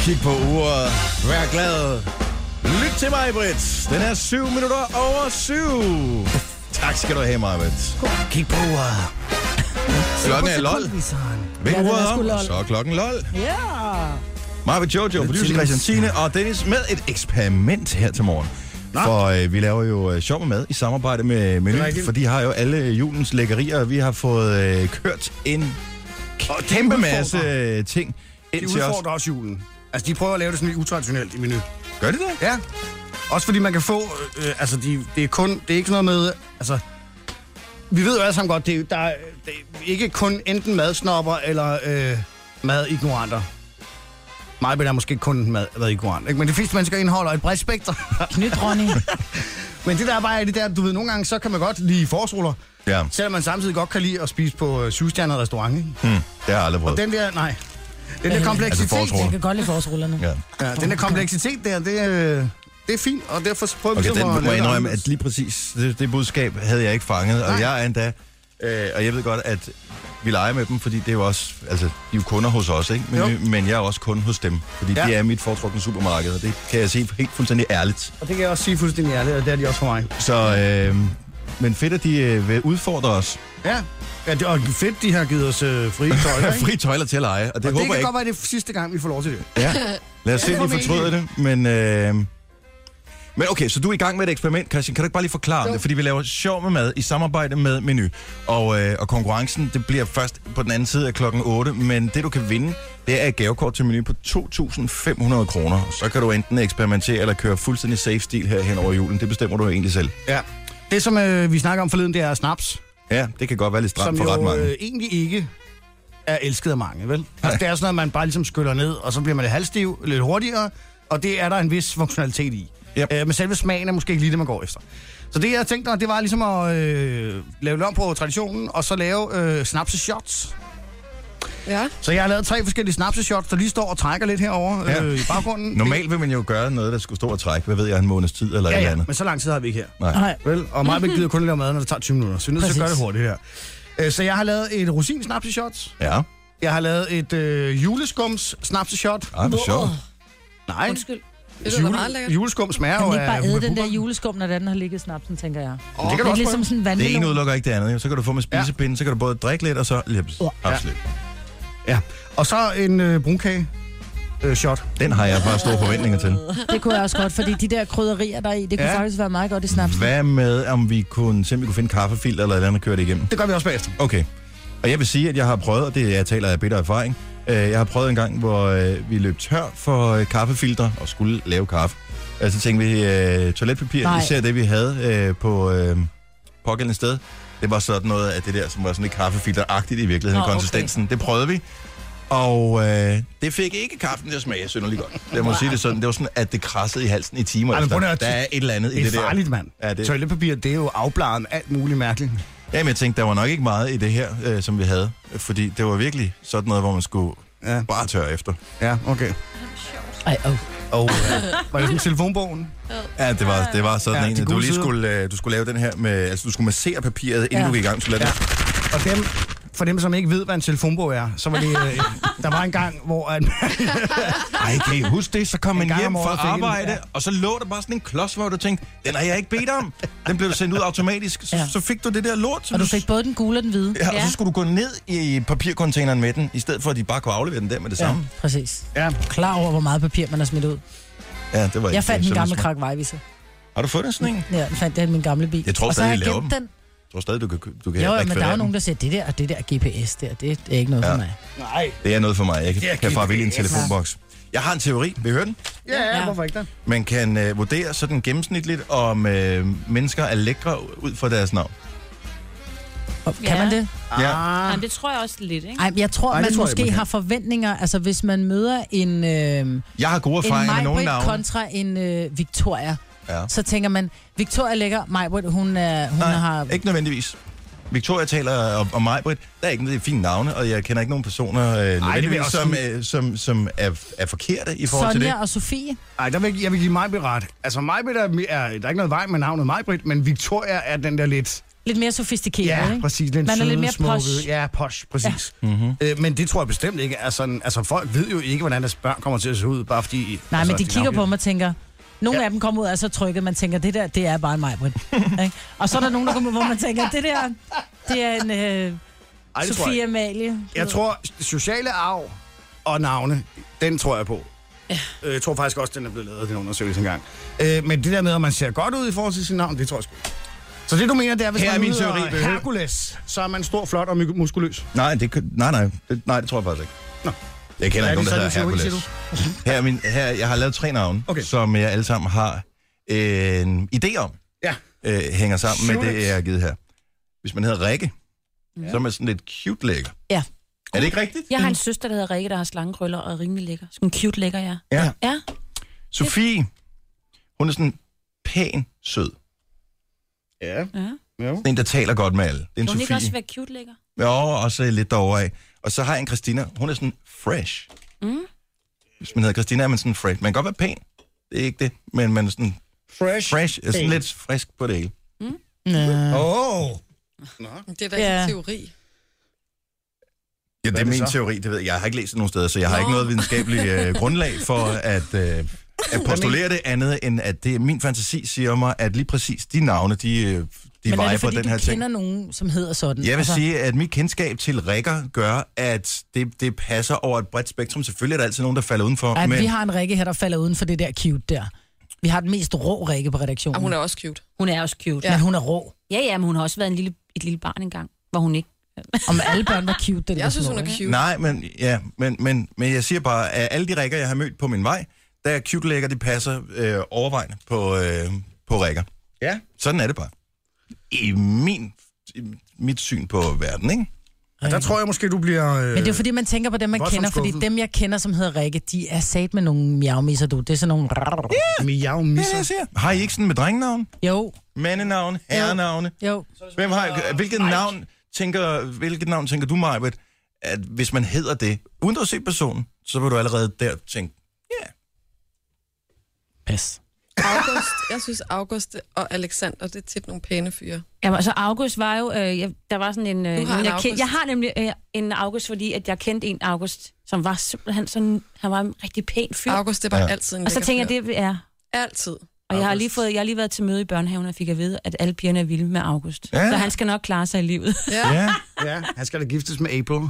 Kig på uret. Vær glad. Lyt til mig, Britt. Den er 7 minutter over syv. Tak skal du have, Marvitt.
Kig på uh, uret.
Klokken er lol. Vend
Ja, den er
uret
sgu
om,
lol.
og så er klokken lol.
Ja!
Marvitt Jojo, producer
til
Christian
ens.
Sine og Dennis med et eksperiment her til morgen. For øh, vi laver jo øh, sjov med mad i samarbejde med Meny,
rigtigt.
for de har jo alle julens lækkerier, og vi har fået øh, kørt en
Og de
kæmpe
udfordrer-
masse øh, ting
De
ind til os.
udfordrer også julen. Altså, de prøver at lave det sådan lidt utraditionelt i menu.
Gør de det?
Ja. Også fordi man kan få... Øh, øh, altså, de, det er kun... Det er ikke sådan noget med... Altså, vi ved jo alle sammen godt, det, er- der er, det er ikke kun enten madsnopper eller øh, madignoranter. Mig er måske kun mad, madignorant, ikke? Men de fleste mennesker indeholder et bredt spektrum.
(laughs)
Knyt, Ronny.
(laughs) Men det der bare er det der, du ved, nogle gange, så kan man godt lide forårsruller,
Ja,
selvom man samtidig godt kan lide at spise på øh, syvstjernet restaurant, ikke?
hmm, det har jeg aldrig prøvet.
Den der, nej. Den der
Altså
kompleksitet,
forårsruller.
Jeg kan godt lide forårsrullerne.
Ja.
ja, den der kompleksitet der, det, øh, det er fint, og derfor så prøver vi
Okay, den
ligesom at
må
lave
jeg
det
indrømme,
anderledes.
at lige præcis det, det budskab havde jeg ikke fanget, og
Nej.
jeg er endda, øh, og jeg ved godt, at vi leger med dem, fordi det er jo også, altså, de er jo kunder hos os, ikke? Men,
Jo.
men jeg er også kunde hos dem, fordi ja.
Ja.
det er mit foretrukne supermarked, og det kan jeg sige helt fuldstændig ærligt.
Og det kan jeg også sige fuldstændig ærligt, og det er de også for mig.
Så, øh, men fedt, at de øh, vil udfordre os.
Ja, ja det, og fedt, de har givet os øh, frie tøjler, ikke?
(laughs) Fri tøjler til at lege, og det
og det
håber
kan
jeg ikke.
godt være, det er sidste gang, vi får lov til det.
Ja. Lad os se, om de
formentlig.
fortryder det, men... Øh, men okay, så du er i gang med et eksperiment, Christian. Kan du ikke bare lige forklare om det? Fordi vi laver sjov med mad i samarbejde med Menu. Og, øh, og konkurrencen, det bliver først på den anden side af klokken 8. Men det, du kan vinde, det er et gavekort til Menu på 2.500 kroner. Så kan du enten eksperimentere eller køre fuldstændig safe stil her hen over julen. Det bestemmer du egentlig selv.
Ja. Det, som øh, vi snakker om forleden, det er snaps,
Ja, det kan godt være lidt
som
stramt for ret
jo
mange.
øh, egentlig ikke er elsket af mange, vel? Altså, det er sådan noget, man bare ligesom skyller ned, og så bliver man lidt halvstiv, lidt hurtigere, og det er der en vis funktionalitet i.
Yep.
Øh, men selve smagen er måske ikke lige det, man går efter. Så det, jeg tænkte mig, det var ligesom at øh, lave lidt om på traditionen, og så lave øh, snapseshots.
Ja.
Så jeg har lavet tre forskellige snapseshots, der lige står og trækker lidt herovre
Ja.
ja. øh, i baggrunden.
(laughs) Normalt vil man jo gøre noget, der skulle stå og trække. Hvad ved jeg, en måneds tid eller
Ja,
et eller
ja,
andet.
men så lang tid har vi ikke her.
Nej.
Nej.
Vel, og mig gider kun at lave mad, når det tager 20 minutter, så vi er nødt til at gøre det
Præcis.
hurtigt her. Øh, Så jeg har lavet et rosin snapseshot.
Ja,
Jeg har lavet et øh, juleskums snapseshot.
Ej, hvor Ah, sjovt.
Nej,
Undskyld.
Det lyder da meget lækkert.
juleskum smager
Kan
jo
man ikke bare
af
æde den der
hummerpukker.
juleskum, når den har ligget i snapsen, tænker jeg.
Åh, det
Det
kan du
er
også
ligesom
prøve.
sådan en
Det ene
vandmelon.
udelukker ikke det andet. jo. Så kan du få med spisepinde, ja. så kan du både drikke lidt, og så... Jeps,
Ja.
absolut.
Ja. Og så en øh, brunkage øh, shot.
Den har jeg bare store forventninger til.
Det kunne jeg også godt, fordi de der krydderier, der er i, det kunne
Ja.
ja. faktisk være meget godt i snapsen.
Hvad med, om vi kunne, se, om vi kunne finde kaffefilter eller et eller andet og køre det igennem?
Det gør vi også bagefter.
Okay. Og jeg vil sige, at jeg har prøvet, og det jeg taler af bitter erfaring, øh, jeg har prøvet en gang, hvor øh, vi løb tør for øh, kaffefilter og skulle lave kaffe. Altså tænkte vi, øh, toiletpapir, Nej.
Nej.
især det vi havde øh, på øh, pågældende sted, det var sådan noget af det der, som var sådan lidt kaffefilteragtigt i virkeligheden,
Nå,
oh,
okay.
konsistensen. Det prøvede vi, Og øh, det fik ikke kaffen til at smage synderligt godt. Jeg må sige det sådan. Det var sådan, at det krassede i halsen i timer
Ej, men
efter.
prøv
Der
at-
er et eller andet i
Det
det
er farligt, mand.
der. Ja, det
Toiletpapir, det er jo afbladet med alt muligt mærkeligt.
Jamen, jeg tænkte, der var nok ikke meget i det her, øh, som vi havde. Fordi det var virkelig sådan noget, hvor man skulle
Ja,
bare tørre efter.
ja okay.
Ej, oh.
Og øh, var det sådan telefonbogen?
Ja, det var, det var sådan ja,
Ja, de
en, at du
gode
lige
sider.
skulle, øh, du skulle lave den her med... Altså, du skulle massere papiret, inden ja.
Ja.
du gik i gang. Du skulle lade
Ja.
ja. det.
Og dem, for dem, som ikke ved, hvad en telefonbog er, så var det... Øh, der var en gang, hvor... At,
(laughs) Ej, kan I huske det? Så kom man
gang
hjem
om året
fra
fik en-
arbejde,
ja.
og så lå der bare sådan en klods, hvor du tænkte, den har jeg ikke bedt om. Den blev sendt ud automatisk. Så, ja.
Ja.
så fik du det der lort. som
Og du fik både den gule og den hvide.
Ja, og
Ja.
så skulle du gå ned i papircontaineren med den, i stedet for at de bare kunne aflevere den der med det samme.
præcis.
ja,
Klar over, hvor meget papir man har smidt ud.
Ja, det var
Jeg
ikke
fandt min
så
gamle
smart.
krak vejviser.
Har du fundet sådan en? Jeg
Ja, jeg fandt den i min gamle bil.
Jeg tror
og så
stadig,
har jeg
de laver
gemt
dem.
den.
tror stadig, du kan, du kan
Jo, jo, men der er
rekvirere
jo
den.
nogen, der siger, det der og det der GPS der, det er ikke noget
Ja.
ja. for mig.
nej.
Det er noget for mig. Jeg
Ja,
kan, kan far vælge en telefonboks. Jeg har en teori. Vil I høre den?
Ja, ja,
Ja.
hvorfor ikke da?
Man kan øh, vurdere sådan gennemsnitligt, om øh, mennesker er lækre ud fra deres navn.
Og, kan
Ja.
man det?
Ja.
Ah. Jamen, det tror jeg også lidt, ikke?
Ej, jeg tror,
Ej, det
man
tror jeg,
måske
man kan.
har forventninger. Altså, hvis man møder en, øh, en
Jeg har gode erfaringer med nogle
Majbrit
navne.
kontra en øh, Victoria,
ja.
så tænker man, Victoria ligger, Majbrit, hun, er, hun
Nej,
har...
ikke nødvendigvis. Victoria taler om, om mig, Britt. Der er ikke noget fine navne, og jeg kender ikke nogen personer, øh, nødvendigvis,
også
som,
sige-
øh, som, som er, er forkerte i forhold til det.
Sonja og Sofie.
Ej, der vil jeg, jeg vil give mig ret. Altså, mig er, er, der er ikke noget vej med navnet mig, men Victoria er den der lidt...
Lidt mere sofistikeret,
Ja,
ikke?
præcis. Den
Man er lidt
søde,
mere
smukke-
posh.
Ja, posh, præcis. Ja. Mm-hmm. Øh, men det tror jeg bestemt ikke er sådan... Altså, folk ved jo ikke, hvordan deres børn kommer til at se ud, bare fordi...
Nej,
altså,
men de kigger på
navngiver-
mig og tænker, nogle ja. af dem kommer ud og er så trykket, man tænker, det der, det er bare en majbrit. Ikke? og så er der nogen, der kommer ud, hvor man tænker, det der, det er en øh,
Ej, det tror jeg
Sofie
ikke.
Amalie.
Jeg tror, sociale arv og navne, den tror jeg på. Ja. Øh, Jeg tror faktisk også, den er blevet lavet, den undersøgelse engang. Øh, men det der med, at man ser godt ud i forhold til sit navn, det tror jeg sgu. ikke. Så det du mener, det er, hvis
Her er
man
min
hedder
teori, behøver-
Hercules, så er man stor, flot og mu- muskuløs.
Nej, det, kan- nej, nej, det, nej, det tror jeg faktisk ikke.
Nå.
Jeg kender
Hvad er
ikke
det
nogen, der
så,
hedder
din teori,
Hercules. (laughs) her, er min, her, jeg har lavet tre navne, okay.
Okay.
som jeg alle sammen har øh, en idé om,
Ja.
øh, hænger sammen med det,
Shoot.
jeg har givet her. Hvis man hedder Rikke, ja. så er man sådan lidt cute lækker.
Ja.
Er det ikke rigtigt?
Jeg har en søster, der hedder Rikke, der har slangekrøller og er rimelig lækker. Sådan cute lækker, ja.
Ja.
Ja,
Sofie, hun er sådan pæn sød.
Ja.
ja.
Sådan en, der taler godt med alle. Det er en
Kan hun ikke også
Sofie.
være cute lækker?
Jo, også lidt derovre af. Og så har jeg en Christina. Hun er sådan fresh. Mm. Hvis man hedder Christina, er man sådan fresh. Man kan godt være pæn. Det er ikke det. Men man er sådan
Fresh.
fresh. Er sådan lidt frisk på det hele.
Nå.
Oh.
Det er da ikke
Ja.
en teori.
Ja, det
Hvad
er
er det
min
så?
teori. Det ved jeg. jeg har ikke læst det nogen steder, så jeg har
Nå.
ikke noget videnskabeligt
(laughs)
øh, grundlag for at, øh, at postulere det andet, end at det, min fantasi siger mig, at lige præcis de navne, de, øh, de
Men er
vejer
det,
på
fordi
den
du
her
kender Altså-
ting.
nogen, som hedder sådan?
Jeg vil sige, at mit kendskab til rækker gør, at det, det passer over et bredt spektrum. Selvfølgelig er der altid nogen, der falder udenfor.
at
men...
vi har en række her, der falder uden for det der cute der. Vi har den mest rå række på redaktionen.
Og hun er også cute.
Hun er også cute.
Men hun er rå.
Ja, ja, men hun har også været en lille, et lille barn engang, hvor hun ikke...
Om alle børn var cute, den var
Jeg synes,
små,
hun er
ikke?
cute.
Nej, men, ja, men, men, men jeg siger bare, at alle de rækker, jeg har mødt på min vej, der er cute lækker, de passer øh, overvejende på, øh, på rækker.
Ja.
Sådan er det bare. I, min, i mit syn på verden, ikke?
Og der tror jeg måske, du bliver... Øh,
Men det er fordi, man tænker på dem, man
voldsomt
kender, fordi
skuffet.
dem, jeg kender, som hedder Rikke, de er sat med nogle miavmisser, du. Det er sådan nogle...
Miau
Det er det, jeg
misser.
siger. Har I ikke sådan med drengenavn,
Jo,
mandenavn, herrenavne?
jo.
Hvem har, hvilket, navn tænker, hvilket navn tænker du, Majbet, at hvis man hedder det, uden at se personen, så vil du allerede der tænke,
Pas.
August, jeg synes, August og Alexander, det er tit nogle pæne fyre.
Jamen, altså August var jo... Øh, jeg, der var sådan en... Øh,
Du har en
jeg,
August.
jeg har nemlig øh, en August, fordi at jeg kendte en August, som var simpelthen sådan... Han var en rigtig pæn fyr.
August, det var
Ja.
ja. altid en
og så
lækker
tænker jeg,
fyr.
det er...
Altid.
Og jeg har lige
August.
fået, jeg har lige været til møde i børnehaven og fik at vide, at alle pigerne er vilde med August.
Ja.
Ja. Så han skal nok klare sig i livet.
Ja.
ja,
Ja, han skal da giftes med April.
(laughs)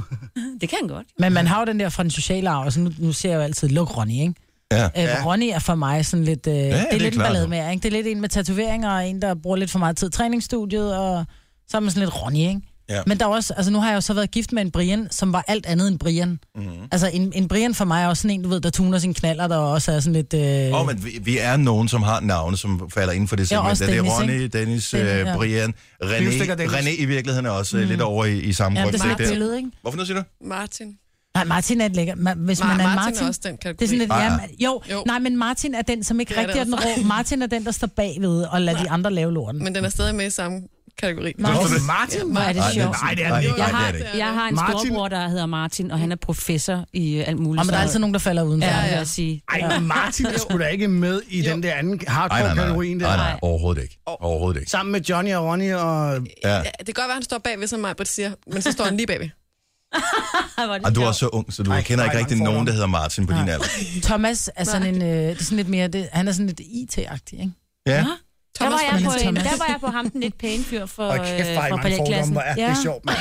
det kan han godt.
Men man har jo den der fra den sociale arv, så nu, nu ser jeg jo altid, luk Ronny, ikke?
Ja.
Øh, ja. Ronny er for mig sådan lidt... Øh, ja, det er
det er
lidt en
klart.
ballade med, ikke? Det er lidt en med tatoveringer, og en, der bruger lidt for meget tid i træningsstudiet, og så er man sådan lidt Ronny, ikke?
Ja.
Men der er også, altså nu har jeg jo så været gift med en Brian, som var alt andet end Brian. Mm-hmm. Altså en, en Brian for mig er også sådan en, du ved, der tuner sin knaller, der også er sådan lidt... Øh,
Og men vi, vi er nogen, som har navne, som falder inden for det segment.
også
Ja, det er
Dennis,
Ronny,
ikke?
Dennis,
Dennis,
Dennis
ja.
Brian, René.
Knivstikker Dennis.
René i virkeligheden er også mm. lidt over i, i samme
ja,
ja,
det er sådan et
der.
billede, ikke?
Hvorfor nu siger du?
Martin.
Nej, Martin er et lækker. Ma- Hvis
Ma-
man er en
Martin, Martin
Martin,
er også den kategori.
det er sådan lidt,
Ah,
ja,
ja.
men- jo,
Jo.
jo, nej, men Martin er den, som ikke
Det er
rigtig er den
det altså.
rå. Martin er den, der står bagved og lader de andre lave lorten.
Men den er stadig med i samme kategori.
Martin.
Martin?
Hvor er det
Nej,
sjovt.
det-
Nej, det er
nej,
den
det
ikke.
er
Jeg
det
har,
ikke.
jeg har en
Martin-
storbror, der hedder Martin, og han er professor i øh, alt muligt.
Og men der er altid nogen, der falder uden.
Ja,
Ja,
ja.
ja.
Vil jeg sige.
Ej, men Martin er sgu da ikke med i
Jo.
den der anden
Nej, nej, nej, nej,
hardcore-kategorien der.
nej, nej, overhovedet ikke. Overhovedet ikke.
Sammen med Johnny og Ronny og...
Ja.
Ja, det kan godt være, han står bagved, som mig, siger, men så står han lige
(laughs)
bagved.
Ej, hvor er det
Og du er
sjovt.
også så ung, så du
Ej,
kender
der er
ikke rigtig
mange
nogen,
fordomme.
der hedder Martin på din alder.
Thomas er sådan en, øh, det er sådan lidt mere, det, han er sådan lidt IT-agtig, ikke?
Ja.
Der var,
Thomas
jeg
Thomas.
på en, der var jeg på ham, den lidt pæne fyr for,
Og
øh,
kæft, hvor er I mange
fra
fordomme,
balletklassen.
hvor er det
Ja.
sjovt, mand.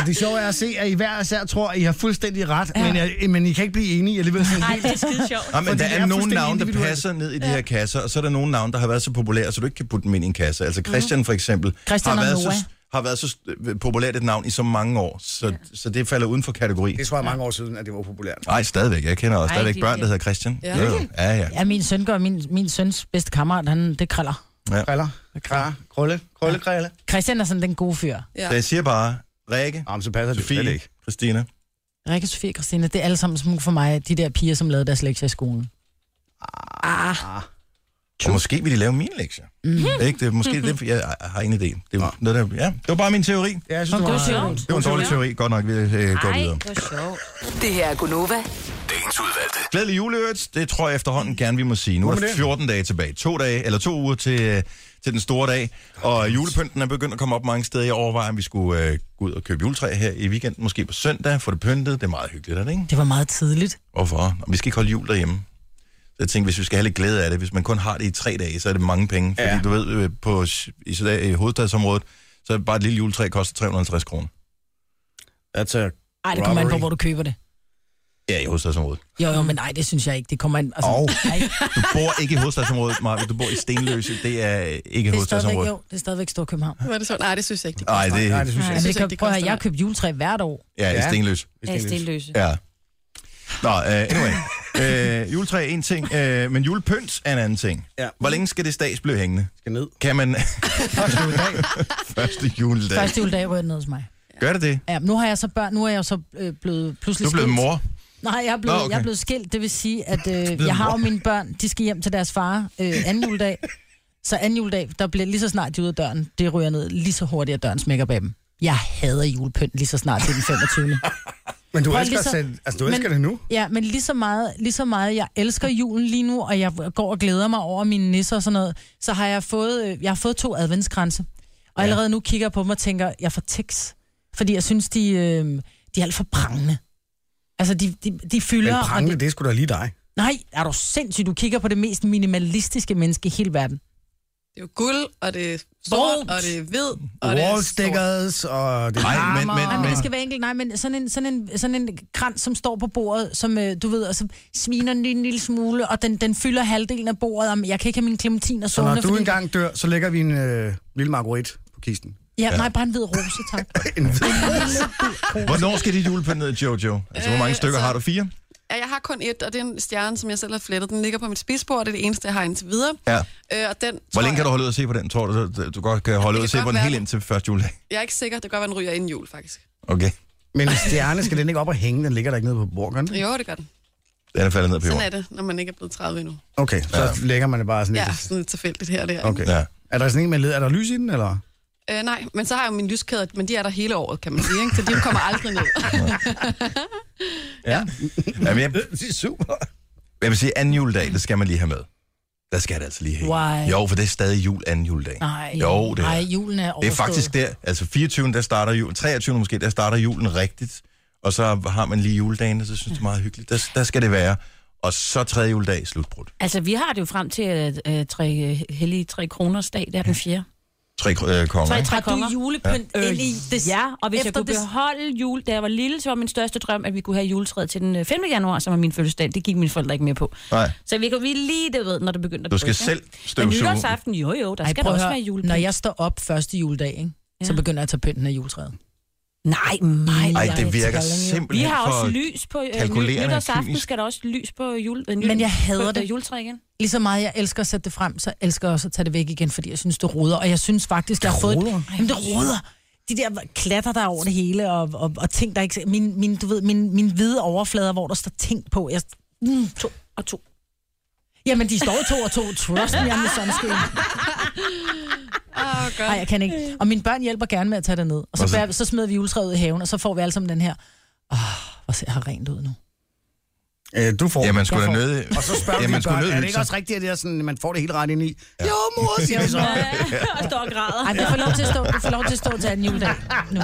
Og det sjove er at se, at I hver især tror, at I har fuldstændig ret, ja. men, jeg, men I kan ikke blive enige alligevel. Sådan
Ej,
helt.
det er skide sjovt.
Ja, men
Fordi
der
det
er,
er
nogle
fuldstændig
navne, der
individuelt.
passer ned i de her kasser, og så er der nogle navne, der har været så populære, så du ikke kan putte dem ind i en kasse. Altså Christian for eksempel
Mhm. Christian
har,
og
været
Noah.
så, har været så øh, populært et navn i så mange år, så, ja. så det falder uden for kategori.
Det tror jeg er mange år siden, at det var populært.
Nej, stadigvæk. Jeg kender også
Ej,
stadigvæk
det-
børn, der hedder Christian.
Ja.
Jo, jo. ja, ja.
Ja, min søn gør, min, min søns bedste kammerat, han, det kriller.
Kriller, krager, krølle, krølle, krille.
Christian er sådan den gode fyr.
Ja.
Så jeg siger bare, Rikke,
Jamen, så passer Ah, det slet
Sofie,
ikke.
Christina.
Rikke, Sofie og Christina, det er alle sammen smuk for mig, de der piger, som lavede deres lektier i skolen.
Og måske vil de lave mine lektier.
Mhm.
Mm. Ikke? Det er måske det, jeg har en idé. Det var, noget, der, ja. det var bare min teori. Det
Ja, jeg synes, det var,
sjovt.
øh,
var en dårlig teori. Godt nok, vi øh, går
Ej,
videre.
hvor sjovt.
Det her er Gunova.
Glædelig juleøds, det tror jeg efterhånden gerne, vi må sige. Nu er
Hvorfor
der
det?
14 dage tilbage. To dage, eller to uger til, øh, til den store dag. Og julepynten er begyndt at komme op mange steder. Jeg overvejer, om vi skulle øh, gå ud og købe juletræ her i weekenden. Måske på søndag, få det pyntet. Det er meget hyggeligt, er det ikke?
Det var meget tidligt.
Hvorfor? Nå, Vi skal ikke holde jul derhjemme. Så jeg tænkte, hvis vi skal have lidt glæde af det, hvis man kun har det i tre dage, så er det mange penge. Fordi
Ja.
du ved, øh, på, s- i, sådan- i hovedstadsområdet, så er bare et lille juletræ koster 350 kroner.
That's a
Ej, det kommer an på,
Robbery.
hvor du køber det.
Ja, i hovedstadsområdet.
Jo, jo, men nej, det synes jeg ikke. Det kommer an... Altså,
Og-
nej,
Du bor ikke i hovedstadsområdet, (laughs) Marvind. Du bor i Stenløse. Det er ikke
det er stadigvæk,
hovedstadsområdet.
jo, det er stadigvæk Storkøbenhavn.
Var det så? Nej, det synes jeg ikke, de
Nej,
koster.
det
Nej,
er
det synes jeg ikke.
Ja, det
synes
kan,
ikke, det
prøv at høre,
koster
jeg har købt juletræ hvert år.
ja, i
Ja.
Stenløse.
Ja, stenløse.
Ja. Nå, uh,
(laughs)
anyway. Uh, juletræ er en ting, uh, men julepynt er en anden ting.
Ja.
Hvor længe skal det stads blive hængende?
Skal ned.
Kan man... (laughs) Første juledag.
Første juledag var jeg nede hos mig.
Gør det det?
Ja, men nu har jeg så børn, nu er jeg jo så øh, blevet pludselig
Du er blevet
skilt.
mor.
Nej, jeg er blevet,
Nå, okay.
okay. jeg er blevet skilt. Det vil sige, at øh, jeg har jo mine børn, de skal hjem til deres far øh, anden juledag. Så anden juledag, der bliver lige så snart de er ude af døren, det ryger ned lige så hurtigt, at døren smækker bag dem. Jeg hader julepynt lige så snart det er den 25.
Men du
Prøv
elsker,
lige så-
selv, altså, du
Men-
elsker det nu.
Ja, men lige så, meget, lige så meget, jeg elsker julen lige nu, og jeg går og glæder mig over mine nisser og sådan noget, så har jeg fået, øh, jeg har fået to adventskranse. Og ja. allerede nu kigger jeg på dem og tænker, jeg får tics. Fordi jeg synes, de, øh, de er alt for prangende. Altså, de, de, de
Men
fylder... og
prangende, det er sgu da lige dig.
Nej, er du sindssyg? Du kigger på det mest minimalistiske menneske i hele verden.
Det er jo guld, og det er sort,
Brunt.
og det er hvid, og det er sort.
Wallstickers, og det er
Nej, men, men,
Nej, men
men,
det skal være enkelt. Nej, men sådan en, sådan en, sådan en krans, som står på bordet, som øh, du ved, og så sviner den en lille smule, og den, den fylder halvdelen af bordet, og jeg kan ikke have min clementiner
Så når
stående,
du engang dør, så lægger vi en øh, lille marguerite på kisten. (laughs)
Ja, nej, bare en hvid rose,
(laughs)
tak.
En
hvornår skal dit julepynt ned, Jojo? Altså, hvor mange
Øh,
stykker
altså-
har du? Fire?
Ja, jeg har kun et, og det er en stjerne, som jeg selv har flettet. Den ligger på mit spisbord, det er det eneste, jeg har indtil videre.
Ja.
Øh, og den, tror
Hvor længe kan
jeg,
du holde ud og se på den, tror du? Du- Du godt kan holde
det
ud og
kan
se på
godt
den
være.
helt indtil første juledag.
Jeg er ikke sikker, det kan godt være, den ryger inden jul, faktisk.
Okay.
Men en stjerne skal den ikke op og hænge, den ligger der ikke nede på borgeren.
Jo, det gør den.
Den er faldet ned på
Sådan
jorden.
er det, når man ikke er blevet 30 endnu.
Okay, så ja. lægger man det bare sådan
Ja,
lidt.
sådan lidt tilfældigt her og der.
Okay.
Ja.
Er der sådan en med led? Er der lys i den, eller?
Øh, nej, men så har jeg jo mine lyskæder, men de er der hele året, kan man sige, ikke? så de kommer aldrig
(laughs)
ned.
Ja. Jamen, jeg,
(laughs) Det er super.
jeg vil sige, anden juledag, det skal man lige have med. Der skal det altså lige hænge.
Why?
Jo, for det er stadig jul anden juledag.
Nej,
Jo, det er.
nej julen er
Det er
overstået.
faktisk der, altså 24. der starter julen, 23. måske, der starter julen rigtigt, og så har man lige juledagen, og så synes jeg, det er meget hyggeligt. Der, der skal det være. Og så tredje juledag, slutbrud.
Altså, vi har det jo frem til øh, øh, tre, øh, hellige tre kroners dag, der er den fjerde.
Tre øh, konger.
Tre,
ikke?
tre
Har
konger.
du julepynt ja. ind i det?
Ja, og hvis Efter jeg kunne
det-
beholde jul, da jeg var lille, så var min største drøm, at vi kunne have juletræet til den øh, 5. januar, som var min fødselsdag. Det gik mine forældre ikke med på.
Nej,
Så vi kan vi lige det ved, når det begynder at
du skal
drysse, ikke?
selv
Men
støvsuge.
nytårsaften, jo jo, der
Ej,
skal der
prøv at
også
høre,
være julepynt.
Når jeg står op første juledag, ikke? Ja. så
Ja.
begynder jeg at tage pynten af juletræet.
Nej, mig.
Ej,
Jeg er
det virker
træls.
Vi
simpelthen
har
for...
også lys på øh,
kalkulerende
ny- nytårsaften,
kynisk.
skal der også lys på øh, jul, øh, ny-
Men jeg hader
på, øh,
det.
juletræ igen.
Lige så meget jeg elsker at sætte det frem, så elsker jeg også at tage det væk igen, fordi jeg synes, det ruder. Og jeg synes faktisk, jeg har fået...
roder?
Jamen, det ruder. de der klatter, der er over det hele, og, og, og ting, der ikke... Min, min, du ved, min, min hvide overflader, hvor der står ting på. Jeg, mm,
To og to.
jamen, de står to og to. Trust me, I'm the sunshine.
Åh,
Nej, jeg kan ikke. Og mine børn hjælper gerne med at tage det ned. Og så,
Og så-
bærer, så smider vi juletræet ud i haven, og så får vi alle sammen den her. Åh, oh, hvor ser jeg rent ud nu.
Øh, du får
Ja, man
Jamen.
skulle da
Jeg får-
nøde...
Og så spørger
ja,
ja,
man
man
skulle
børn,
nøde
er det
hygge
ikke
sig.
også rigtigt, at det er sådan, man får det helt ret ind i? Ja. Jo, mor, siger
Ja,
vi så.
(laughs) og står og græder.
Ej, det får lov til at stå, det får lov til at stå til anden juledag nu.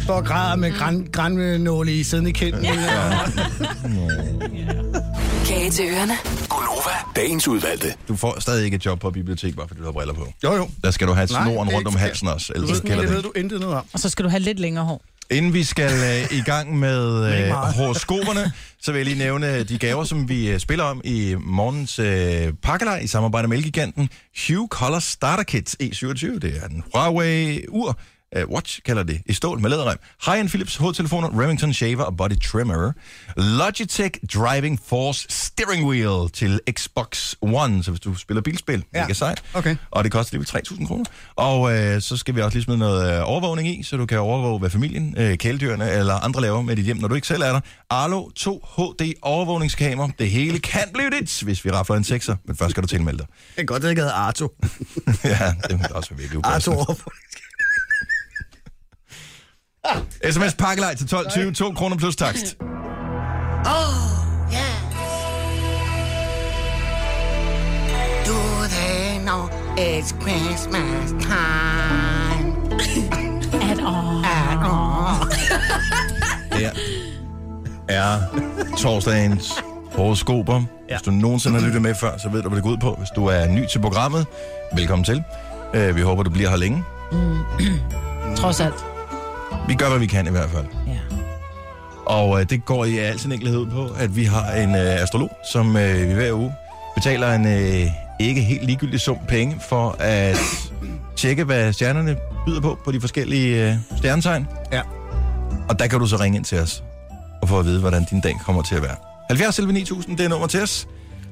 Står og græder med gran, granvnåle i siden i kinden. Ja.
Kage til ørerne.
Gonova, dagens udvalgte.
Du får stadig ikke et job på et bibliotek, bare fordi du har briller på.
Jo, jo.
Der skal du have
Nej,
snoren
det er
rundt om
ikke-
halsen også, ellers
Det,
så kælder
det
det
ved
ikke.
du intet noget om.
Og så skal du have lidt længere hår.
Inden vi skal øh, i gang med
(laughs) ikke
øh,
meget.
horoskoperne, så vil jeg lige nævne de gaver, som vi øh, spiller om i morgens øh, pakkelej i samarbejde med Elgiganten. Hue Color Starter Kit E27, det er en Huawei-ur, øh, watch kalder det, i stål med læderrem. High-end Philips hovedtelefoner, Remington Shaver og Body Trimmer. Logitech Driving Force Steering Wheel til Xbox One, så hvis du spiller bilspil, ja.
Ja.
mega sejt.
Okay.
Og det koster alligevel 3.000 kroner. Og øh, så skal vi også lige smide noget øh, overvågning i, så du kan overvåge, hvad familien, øh, kæledyrene eller andre laver med dit hjem, når du ikke selv er der. Arlo 2 HD overvågningskamera. Det hele kan blive dit, hvis vi rafler en sekser, men først skal du tilmelde dig.
Det er godt, det ikke hedder (laughs) Arto.
ja, det er også virkelig
Arto
upassende.
overfor.
SMS pakkelej til 12.20, 2 kroner plus takst.
Oh, Do they know it's Christmas time?
Her er torsdagens horoskoper. Hvis du nogensinde har lyttet med før, så ved du, hvad det går ud på. Hvis du er ny til programmet, velkommen til. Øh, vi håber, du bliver her længe.
Trods alt.
Vi gør, hvad vi kan i hvert fald.
Ja.
Og øh, det går i al sin enkelhed ud på, at vi har en øh, astrolog, som øh, vi hver uge betaler en øh, ikke helt ligegyldig sum penge for at tjekke, hvad stjernerne byder på på de forskellige øh, stjernetegn.
Ja.
Og der kan du så ringe ind til os og få at vide, hvordan din dag kommer til at være. 70 11 9000, det er nummer til os.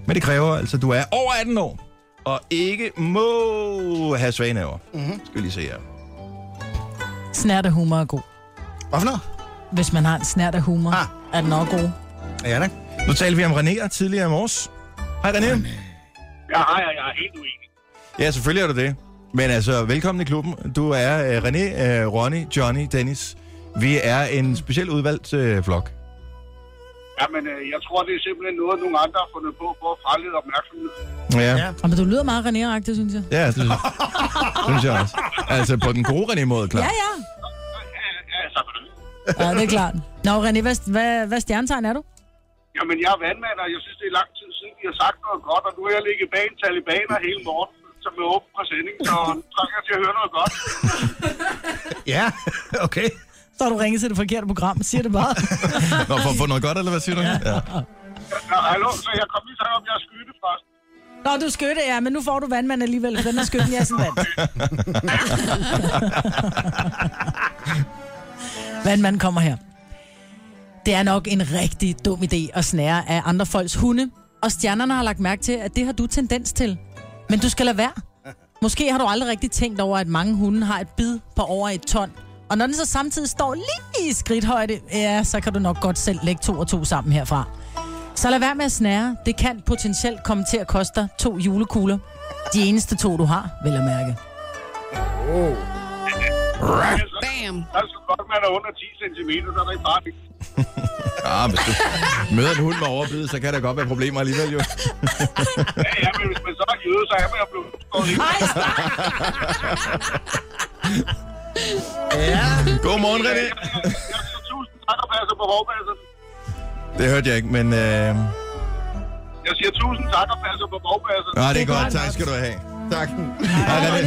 Men det kræver altså, at du er over 18 år og ikke må have svagenæver. Mm-hmm. Skal vi lige se her.
Snært af humor er god.
Hvorfor noget?
Hvis man har en snært af humor,
Ah.
er den også god.
Ja, da.
Nu talte vi om Renéer tidligere i morges. Hej René.
Ja, jeg, jeg er helt uenig.
Ja, selvfølgelig er du det. Men altså, velkommen i klubben. Du er øh, René, øh, Ronny, Johnny, Dennis. Vi er en specielt udvalgt øh, flok.
Jamen, øh, jeg tror, det er simpelthen noget, nogle andre har fundet på for at frelede opmærksomhed.
Ja, ja.
Ja.
Og men du lyder meget rené synes jeg.
ja det synes, synes jeg også. Altså, på den gode René-måde, klar.
Ja, ja.
Ja, ja, altså, ved du.
Ja, det er klart. Nå, René, hvad, hvad, hvad stjernetegn er du?
Jamen, jeg er vandmand, og jeg synes, det er lang tid siden, vi har sagt noget godt, og nu har jeg ligget bag en talibaner hele morgen som er åben for sending, så nu trænger jeg til at høre noget godt.
Ja, (laughs) okay.
Så har du ringet til det forkerte program, siger det bare.
Nå, for at få noget godt, eller hvad siger du? Ja. ja.
Ja, hallo, så jeg kom lige sammen om, jeg er skytte først.
Nå, du er skytte, ja, men nu får du vandmand alligevel, for den er skytten, jeg er sådan (laughs) vand. vandmand kommer her. Det er nok en rigtig dum idé at snære af andre folks hunde, og stjernerne har lagt mærke til, at det har du tendens til. Men du skal lade være. Måske har du aldrig rigtig tænkt over, at mange hunde har et bid på over et ton. Og når den så samtidig står lige i skridthøjde, ja, så kan du nok godt selv lægge to og to sammen herfra. Så lad være med at snære. Det kan potentielt komme til at koste dig to julekugler. De eneste to, du har, vil jeg mærke.
Bam!
Der er så godt, man er under 10 cm, så er der ikke bare
Ah, hvis du møder en hund med overbid, så kan der godt være problemer alligevel, jo.
Ja, ja, men hvis man så er jøde, så er man jo blevet udskåret ikke?
Ej, stop!
Godmorgen, René.
Jeg siger tusind tak og passer på hårbasserne.
Det hørte jeg ikke, men... Øh...
Jeg siger tusind tak og passer på hårbasserne.
Ah, det er godt. Tak skal du have. Tak. Hej, René.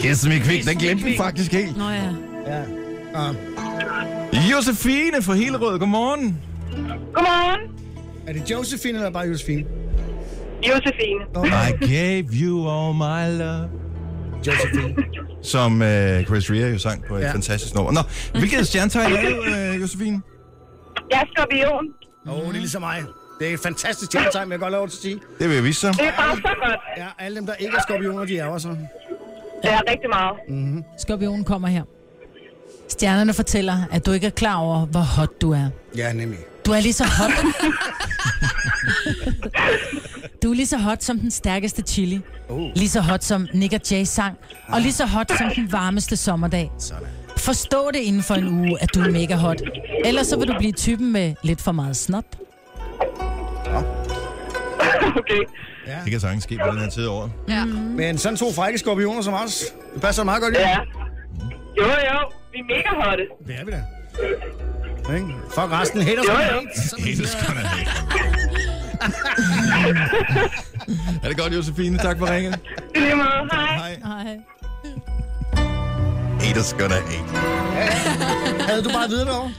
Kiss me quick. Den glemte vi faktisk helt.
Nå ja.
Josefine fra Hillerød, godmorgen.
Godmorgen,
Er det Josephine eller bare Josephine?
Josefine.
I gave you all my love.
Josephine.
Som øh, Chris Rea jo sang på et ja.
Ja.
fantastisk nummer. Nå, hvilket stjernetegn er du, øh, Josefine?
Jeg er skorpion.
Åh, oh, det er ligesom mig. Det er et fantastisk tjentegn, jeg godt lov til at sige.
Det vil jeg vise sig.
Det er bare så godt.
Ja, alle dem, der ikke er skorpioner, de er også.
Det er rigtig meget.
Mm-hmm. Skorpionen kommer her. Stjernerne fortæller, at du ikke er klar over, hvor hot du er.
Ja, nemlig.
Du er lige så hot. du er lige så hot som den stærkeste chili.
Uh.
Lige så hot som Nick og Jay sang. Og lige så hot som den varmeste sommerdag. Forstå det inden for en uge, at du er mega hot. Ellers så vil du blive typen med lidt for meget snop.
Okay.
Ja. Det kan sagtens ske på den her tid af året.
Ja.
Men sådan to frække skorpioner som os, det passer meget godt. Ja.
Jo, jo. Vi er mega hotte.
Det er vi da. Ikke? Fuck resten, hætter
Jo,
sig.
jo.
Haters gonna hate. er det godt, Josefine? Tak for ringen.
I lige måde. Hej.
Hej.
Haters gonna hate.
Havde du bare videre derovre?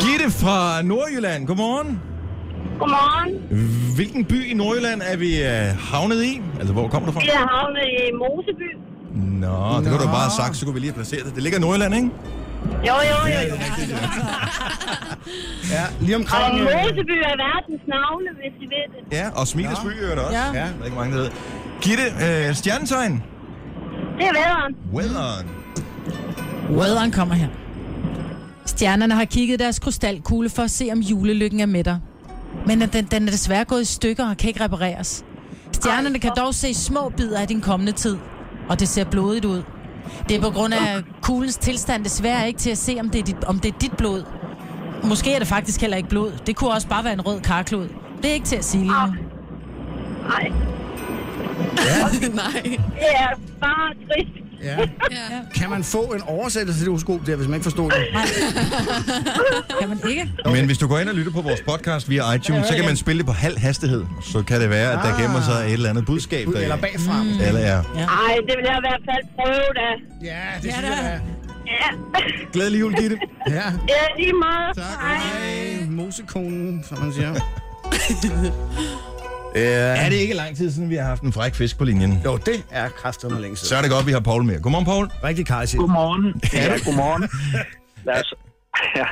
Gitte fra Nordjylland. Godmorgen.
Godmorgen.
Hvilken by i Nordjylland er vi øh, havnet i? Altså, hvor kommer du fra?
Vi er havnet i Moseby.
Nå, det kunne du bare have sagt, så kunne vi lige have placeret det. Det ligger i Nordjylland, ikke?
Jo, jo, jo. jo.
Ja, lige
Og
omkring... øh,
Moseby er verdens navle, hvis I ved det.
Ja, og Smiles by er det også.
Ja.
Der er ikke mange, der ved. Gitte, øh, stjernetegn.
Det er vædderen.
Weatheren.
Weatheren kommer her. Stjernerne har kigget i deres krystalkugle for at se, om julelykken er med dig. Men at den, den er desværre gået i stykker og kan ikke repareres. Stjernerne kan dog se små bidder af din kommende tid, og det ser blodigt ud. Det er på grund af kuglens tilstand desværre ikke til at se, om det er dit, om det er dit blod. Måske er det faktisk heller ikke blod. Det kunne også bare være en rød karklud. Det er ikke til at sige lige nu.
Nej.
(laughs) Nej.
Det er bare trist.
Ja. Kan man få en oversættelse til det horoskop der, hvis man ikke forstår det?
Kan man ikke?
Men hvis du går ind og lytter på vores podcast via iTunes, så kan man spille det på halv hastighed. Så kan det være, at der gemmer sig et eller andet budskab. Der,
Eller bagfra.
Eller ja.
Nej, det vil jeg i hvert fald prøve da.
Ja, det synes jeg,
Ja,
Glædelig jul, Gitte.
det er. Ja.
ja lige meget.
Tak. Hej. Mosekonen, som man siger.
Er det ikke lang tid siden, vi har haft en fræk fisk på linjen?
Jo, det er kraftedeme længe siden.
Så er det godt, vi har Paul med. Godmorgen, Paul.
Rigtig kajsild.
Godmorgen. Ja, godmorgen. Lad os... Ja.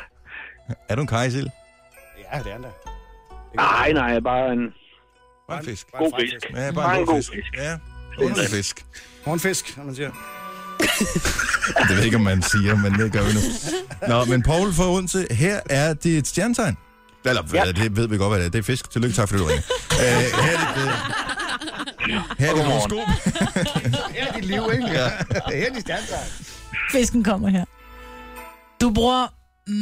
Er du en kajsild?
Ja, det er den da.
Nej, nej, bare en...
Bare en fisk.
God fisk.
Ja, bare en god fisk. Ja, underlig fisk.
Hornfisk, som man siger.
Det ved jeg ikke, om man siger, men det gør vi nu. Nå, men Paul fra Odense, her er dit stjernetegn. Eller hvad ja. det ved vi godt, hvad det er. Det er fisk. Tillykke, tak fordi du ringer. Æ, her er dit, øh, her er dit horoskop.
Her er dit liv, ikke?
Ja.
Her er dit stjernetegn.
Fisken kommer her. Du bruger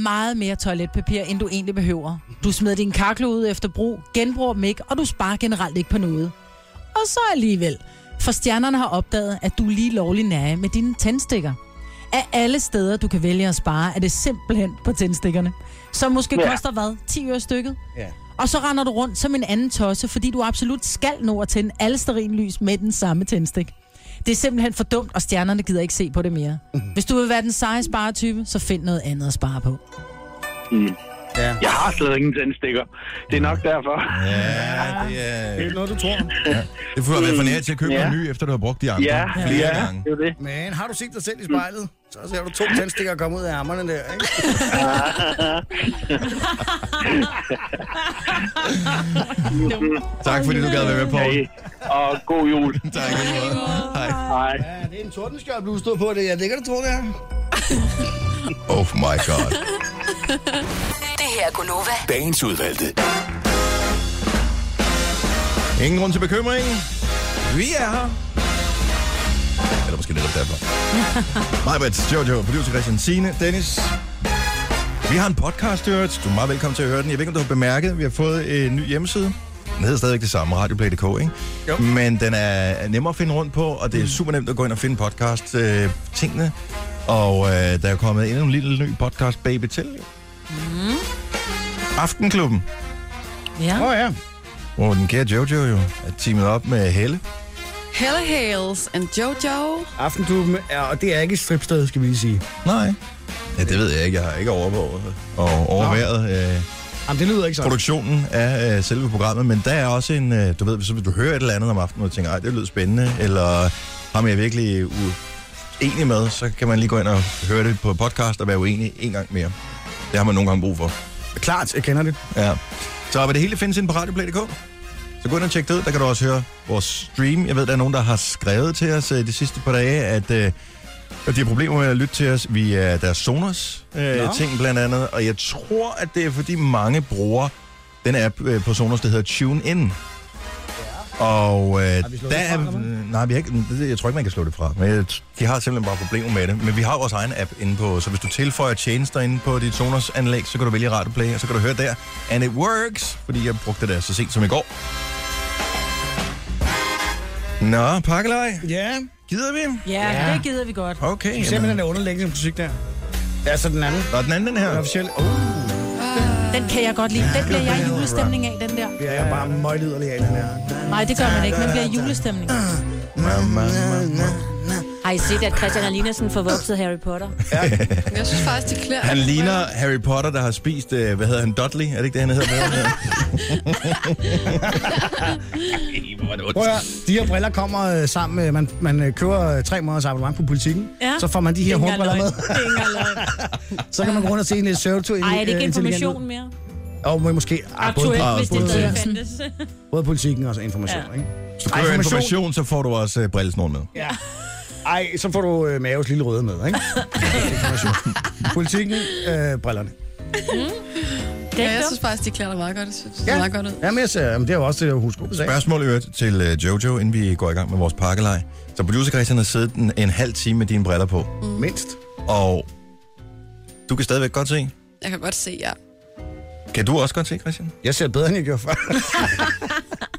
meget mere toiletpapir, end du egentlig behøver. Du smider din kakle ud efter brug, genbruger dem ikke, og du sparer generelt ikke på noget. Og så alligevel, for stjernerne har opdaget, at du er lige lovlig nære med dine tændstikker. Af alle steder, du kan vælge at spare, er det simpelthen på tændstikkerne. Som måske
Ja.
ja. koster hvad? 10 øre stykket?
Ja.
Og så render du rundt som en anden tosse, fordi du absolut skal nå at tænde alle sterinlys med den samme tændstik. Det er simpelthen for dumt, og stjernerne gider ikke se på det mere. Hvis du vil være den seje sparetype, så find noget andet at spare på.
Mm.
Ja.
Jeg har slet ingen tændstikker. Det er nok derfor.
Ja, det
Det
er...
er noget, du tror.
Det får være for nære til at købe
Ja.
en ny, efter du har brugt de andre
Ja,
flere
ja,
gange.
det er det.
Men har du set dig selv i spejlet, så ser du to tændstikker komme ud af armerne der, ikke?
Tak fordi du gad være med, Paul.
Hey, og god jul.
(laughs) Tak. i lige måde. Hej.
Hej.
Ja, det er en tordenskjold, du står på det. Ja, det kan du tro, det er.
Oh my god.
Det her er Gunova.
Dagens udvalgte.
Ingen grund til bekymring. Vi er her. Eller måske netop (laughs) derfor. Mig, Brits, Jojo, producer Christian Sine, Dennis. Vi har en podcast, Jørgens. Du er meget velkommen til at høre den. Jeg ved ikke, om du har bemærket, at vi har fået en ny hjemmeside. Den hedder stadigvæk det samme, radioplay.dk, ikke? Jo. Mm. Men den er nemmere at finde rundt på, og det er super nemt at gå ind og finde podcast-tingene. og øh, der er kommet endnu en lille ny podcast, Baby til. Mm. Aftenklubben.
Ja.
Åh oh, ja.
Hvor den kære Jojo jo er teamet op med Helle.
Hella Hales and Jojo.
Aftenklubben er, og det er ikke et stripsted, skal vi lige sige.
Nej. Ja, det ved jeg ikke. Jeg har ikke overvåget og overværet øh,
Jamen, det lyder ikke sådan.
produktionen af øh, selve programmet, men der er også en, øh, du ved, hvis du hører et eller andet om aftenen, og tænker, ej, det lyder spændende, eller ham jeg er virkelig uenig med, så kan man lige gå ind og høre det på podcast og være uenig en gang mere. Det har man nogle gange brug for.
Klart, jeg kender det.
Ja. Så hvad det hele findes inde på radioplay.dk. Så gå ind og tjek det ud. Der kan du også høre vores stream. Jeg ved, der er nogen, der har skrevet til os øh, de sidste par dage, at, øh, at de har problemer med at lytte til os via deres Sonos øh,
Nå.
ting blandt andet. Og jeg tror, at det er, fordi mange bruger den app øh, på Sonos, der hedder TuneIn. Og øh,
vi slået
der
det
er,
fra, eller
øh, nej, vi har ikke, det- jeg tror ikke, man kan slå det fra. Men jeg t- de har simpelthen bare problemer med det. Men vi har jo vores egen app inde på, så hvis du tilføjer tjenester inde på dit Sonos-anlæg, så kan du vælge Radio Play, og så kan du høre der. And it works, fordi jeg brugte det der så sent som i går. Nå, pakkelej.
Ja.
Gider vi?
Ja, det gider vi godt.
Okay.
Især med den der underlæggende musik der.
Ja, så den anden. Og den anden, den her. Den
officielle.
Oh.
Den kan jeg godt lide. Den bliver jeg i julestemning af, den der.
Ja, jeg er bare møgliderlig af den her.
Nej, det gør man ikke. Man bliver i julestemning.
Har I set, at Christian og Lina sådan forvokset Harry Potter?
Jeg synes faktisk, de klæder.
Han ligner Harry Potter, der har spist, øh, hvad hedder han, Dudley? Er det ikke
(laughs)
det, han hedder?
Prøv at høre, de her briller kommer øh, sammen med, man, man øh, køber øh, tre måneders abonnement på politikken,
Ja.
så får man de her
Det er ikke
hårbriller med.
engang løgn. Det er ikke engang
(laughs)
løgn.
Så kan man gå rundt og se en øh, Sørto.
Ej, er det ikke information mere?
Og må- måske... Ej, både-
Aktuelt,
både-
hvis det stadig
både- (laughs)
fandtes.
Både politikken og så information,
Ja.
ja. ikke?
Så
Ej,
kører information, så får du også øh, brillesnoren med.
Ja. Ej, så får du øh, Maves lille røde med, ikke?
(laughs)
Information. politikken, øh, brillerne.
Ja, jeg synes faktisk, de klæder dig meget godt. Jeg synes, det ser meget godt ud.
Ja, men jeg ser, jamen, det er jo også det, jeg husker.
Spørgsmål i øvrigt til øh, Jojo, inden vi går i gang med vores pakkelej. Så producer Christian har siddet en, en halv time med dine briller på. Mm.
Mindst.
Og du kan stadigvæk godt se.
Jeg kan godt se, ja.
Kan du også godt se, Christian?
Jeg ser bedre, end jeg gjorde før.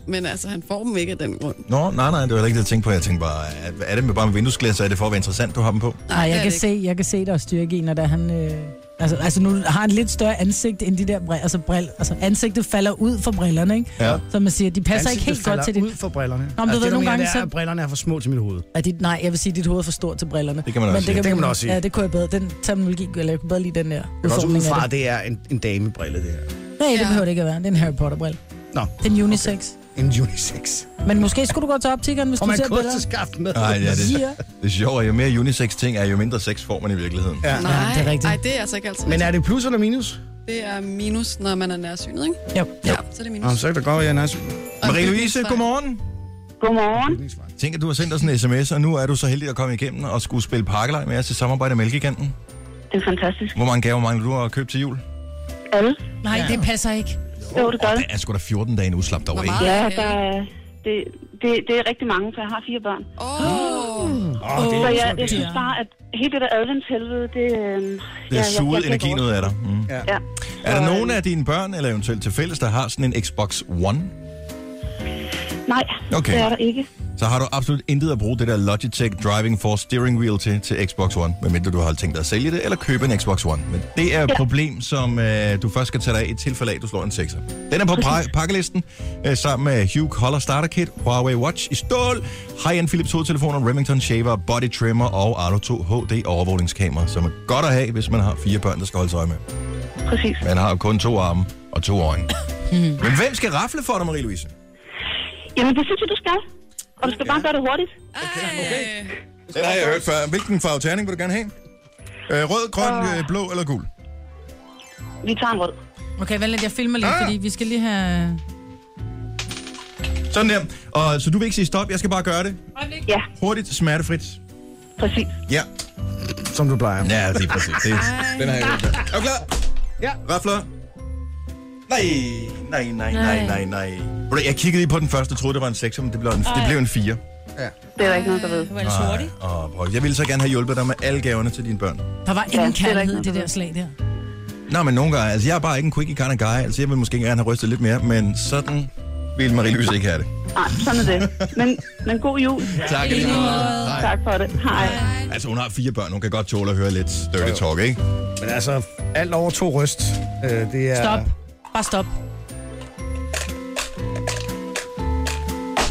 Men altså, han får dem ikke af den grund.
Nå, nej, nej, det var heller ikke det, jeg tænkte på. Jeg tænkte bare, er- er det med bare med vinduesglas, er det for at være interessant, du har dem på?
det
Nej,
er
jeg kan,
det
se, jeg kan se der er styrke i, når der han... Øh, altså, altså, nu har han lidt større ansigt end de der briller. Altså, brill, altså ansigtet falder ud for brillerne, ikke?
Ja.
Så man siger, de passer ikke
Ansigtet
helt godt
falder
til dit...
ud for brillerne. Altså,
Nå, men du ved,
det, der
nogle
mener,
gange
det er,
så-
at brillerne er for små til mit hoved.
Er dit, nej, jeg vil sige, at dit hoved er for stort til brillerne.
Det kan man også sige. Det kan man også sige.
Ja, det kunne jeg bedre. Den terminologi, eller jeg kunne bedre lide den der
Jeg går også ud
udformning
fra,
af
at
det.
det er en, en damebrille, det her.
Nej, det behøver det ikke at være. Det er en Harry Potter-brille.
Nå,
Det er en unisex.
en unisex.
Men måske skulle du gå til optikeren, hvis
Og
du
man
ser
kun
billeder.
til skaft med.
Nej, ja, det,
Ja.
det er sjovt. at Jo mere unisex-ting er, jo mindre sex får man i virkeligheden.
Ja.
Nej,
Ja, det er rigtigt.
Ej, det er altså ikke altid.
Men er det plus eller minus?
Det er minus, når man er nærsynet, ikke?
Jo.
Ja, så er det minus.
Nå, så er det godt, at jeg er nice.
Marie-Louise, godmorgen.
Godmorgen.
Tænk, at du har sendt os en sms, og nu er du så heldig at komme igennem og skulle spille pakkelej med os i samarbejde med Mælkeganten.
Det er fantastisk.
Hvor mange gaver mangler du at købe til jul?
Alle.
Nej, det passer ikke.
Jo, det gør det.
Det er sgu da 14 dage nu, slap dig over, ikke?
Ja, der er, det, det, det er rigtig mange, for jeg har fire børn. Oh.
Åh, det er
så jeg,
jo sådan,
jeg
det
synes
er.
bare, at hele det der adventshelvede, det... Øh,
Det er suget energien ud af dig. Mm.
Ja.
Ja. øh,
Er der nogen af dine børn, eller eventuelt til fælles, der har sådan en Xbox One?
Nej,
Okay.
okay. det er der ikke.
Så har du absolut intet at bruge det der Logitech Driving Force Steering Wheel til, til Xbox One, medmindre du har tænkt dig at sælge det, eller købe en Xbox One. Men det er et problem, som øh, du først skal tage dig af i tilfælde af, at du slår en 6'er. Den er på pa- pakkelisten, øh, sammen med Hue Color Starter Kit, Huawei Watch i stål, high-end Philips hovedtelefoner, Remington Shaver, Body Trimmer og Arlo 2 HD overvågningskamera, som er godt at have, hvis man har fire børn, der skal holde sig øje med.
Præcis.
Man har jo kun to arme og to øjne. Men hvem skal rafle for dig, Marie-Louise?
Jamen, det synes jeg, du skal. Og du skal bare gøre det hurtigt.
Den har jeg hørt før. Hvilken farve terning vil du gerne have? Øh, rød, grøn, øh, blå eller gul?
Vi tager en rød.
Okay, vent lidt, jeg filmer lige, fordi vi skal lige have...
Sådan der. Og, så du vil ikke sige stop, jeg skal bare gøre det.
Ja,
Hurtigt, smertefrit.
præcis.
Ja.
Som du plejer.
Ja, lige præcis. Det, den har jeg hørt før. Er du klar?
Ja.
Rafler. Nej, nej, nej, nej, nej, nej. Ved du, Jeg kiggede lige på den første, troede det var en 6, men det blev en, det blev en 4.
Det er der ikke noget, der ved.
Nej. Åh, prøv. Jeg ville så gerne have hjulpet dig med alle gaverne til dine børn.
Der var ingen
Ja, det er der
kærlighed
ikke
i det der
noget
slag der.
Nå, men nogle gange, altså jeg er bare ikke en quickie kind of guy, altså jeg vil måske gerne have rystet lidt mere, men sådan ville Marie-Louise ikke have det.
Nej, sådan er det. Men, men god jul.
Tak, i lige måde. Hej.
Tak for det. Hej.
Altså hun har fire børn, hun kan godt tåle at høre lidt dirty talk, ikke?
Men altså, alt over to ryst, øh, det er...
Stop. Bare stop.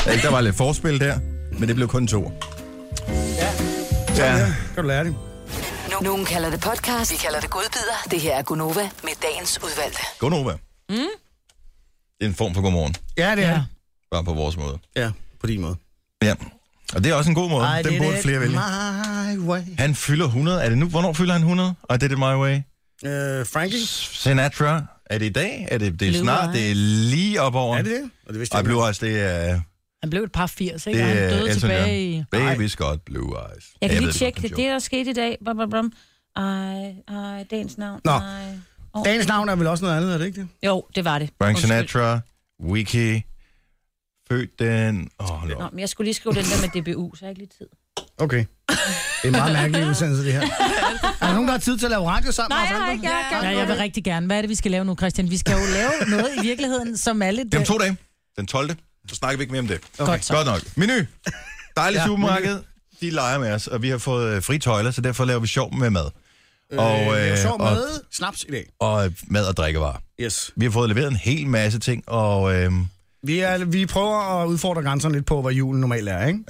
Ja, Der var lidt forspil der, men det blev kun to.
Ja. Kan du lære det?
Nu- Nogen kalder det podcast, vi kalder det godbider. Det her er Gunova med dagens udvalgte.
Godnova.
Mm.
Det er en form for godmorgen,
Ja, det er det.
bare på vores måde.
Ja, på din måde.
Ja, og det er også en god måde.
I
Den
did
burde
it
flere vælge.
My way.
Han fylder 100. Er det nu? Hvornår fylder han 100? Og det er det my way.
Øh, Frankie?
Sinatra Er det i dag? Er det, det er
Løver,
snart?
ikke?
Det er lige op over.
Er det det?
Og det vidste jeg Blue Eyes, det er...
Han blev et par 80, ikke?
Det
Og han
er
døde
Elton
tilbage i...
John. Baby Scott Blue Eyes.
Jeg kan
ved
lige
det
tjekke
godt,
det. Det, der skete i dag. Brum, brum, brum. Ej, ej, dagens navn.
Nå.
Ej. Åh.
Dagens navn er vel også noget andet, er det ikke det?
Jo, det var det.
Frank
Undskyld.
Sinatra, Wiki, født den... Åh, hold op.
Nå, men jeg skulle lige skrive den der med DBU, så jeg har ikke lige tid.
Okay. Det er en meget mærkelig udsendelse, det her. Er der nogen, der har tid til at lave radio sammen? med os andre?
Nej, jeg vil rigtig gerne. Hvad er det, vi skal lave nu, Christian? Vi skal jo lave noget i virkeligheden, som alle...
Det er om to dage, den 12. Så snakker vi ikke mere om det.
Okay. Godt så.
Godt nok. Menu. Dejligt
Ja,
ja, supermarked. De leger med os, og vi har fået øh, fri tøjler, så derfor laver vi sjov med mad.
øh, jeg så
og,
med snaps i dag.
og øh, mad og drikkevarer.
Yes.
Vi har fået leveret en hel masse ting, og øh,
Vi, er, vi prøver at udfordre grænserne lidt på, hvad julen normalt er, ikke?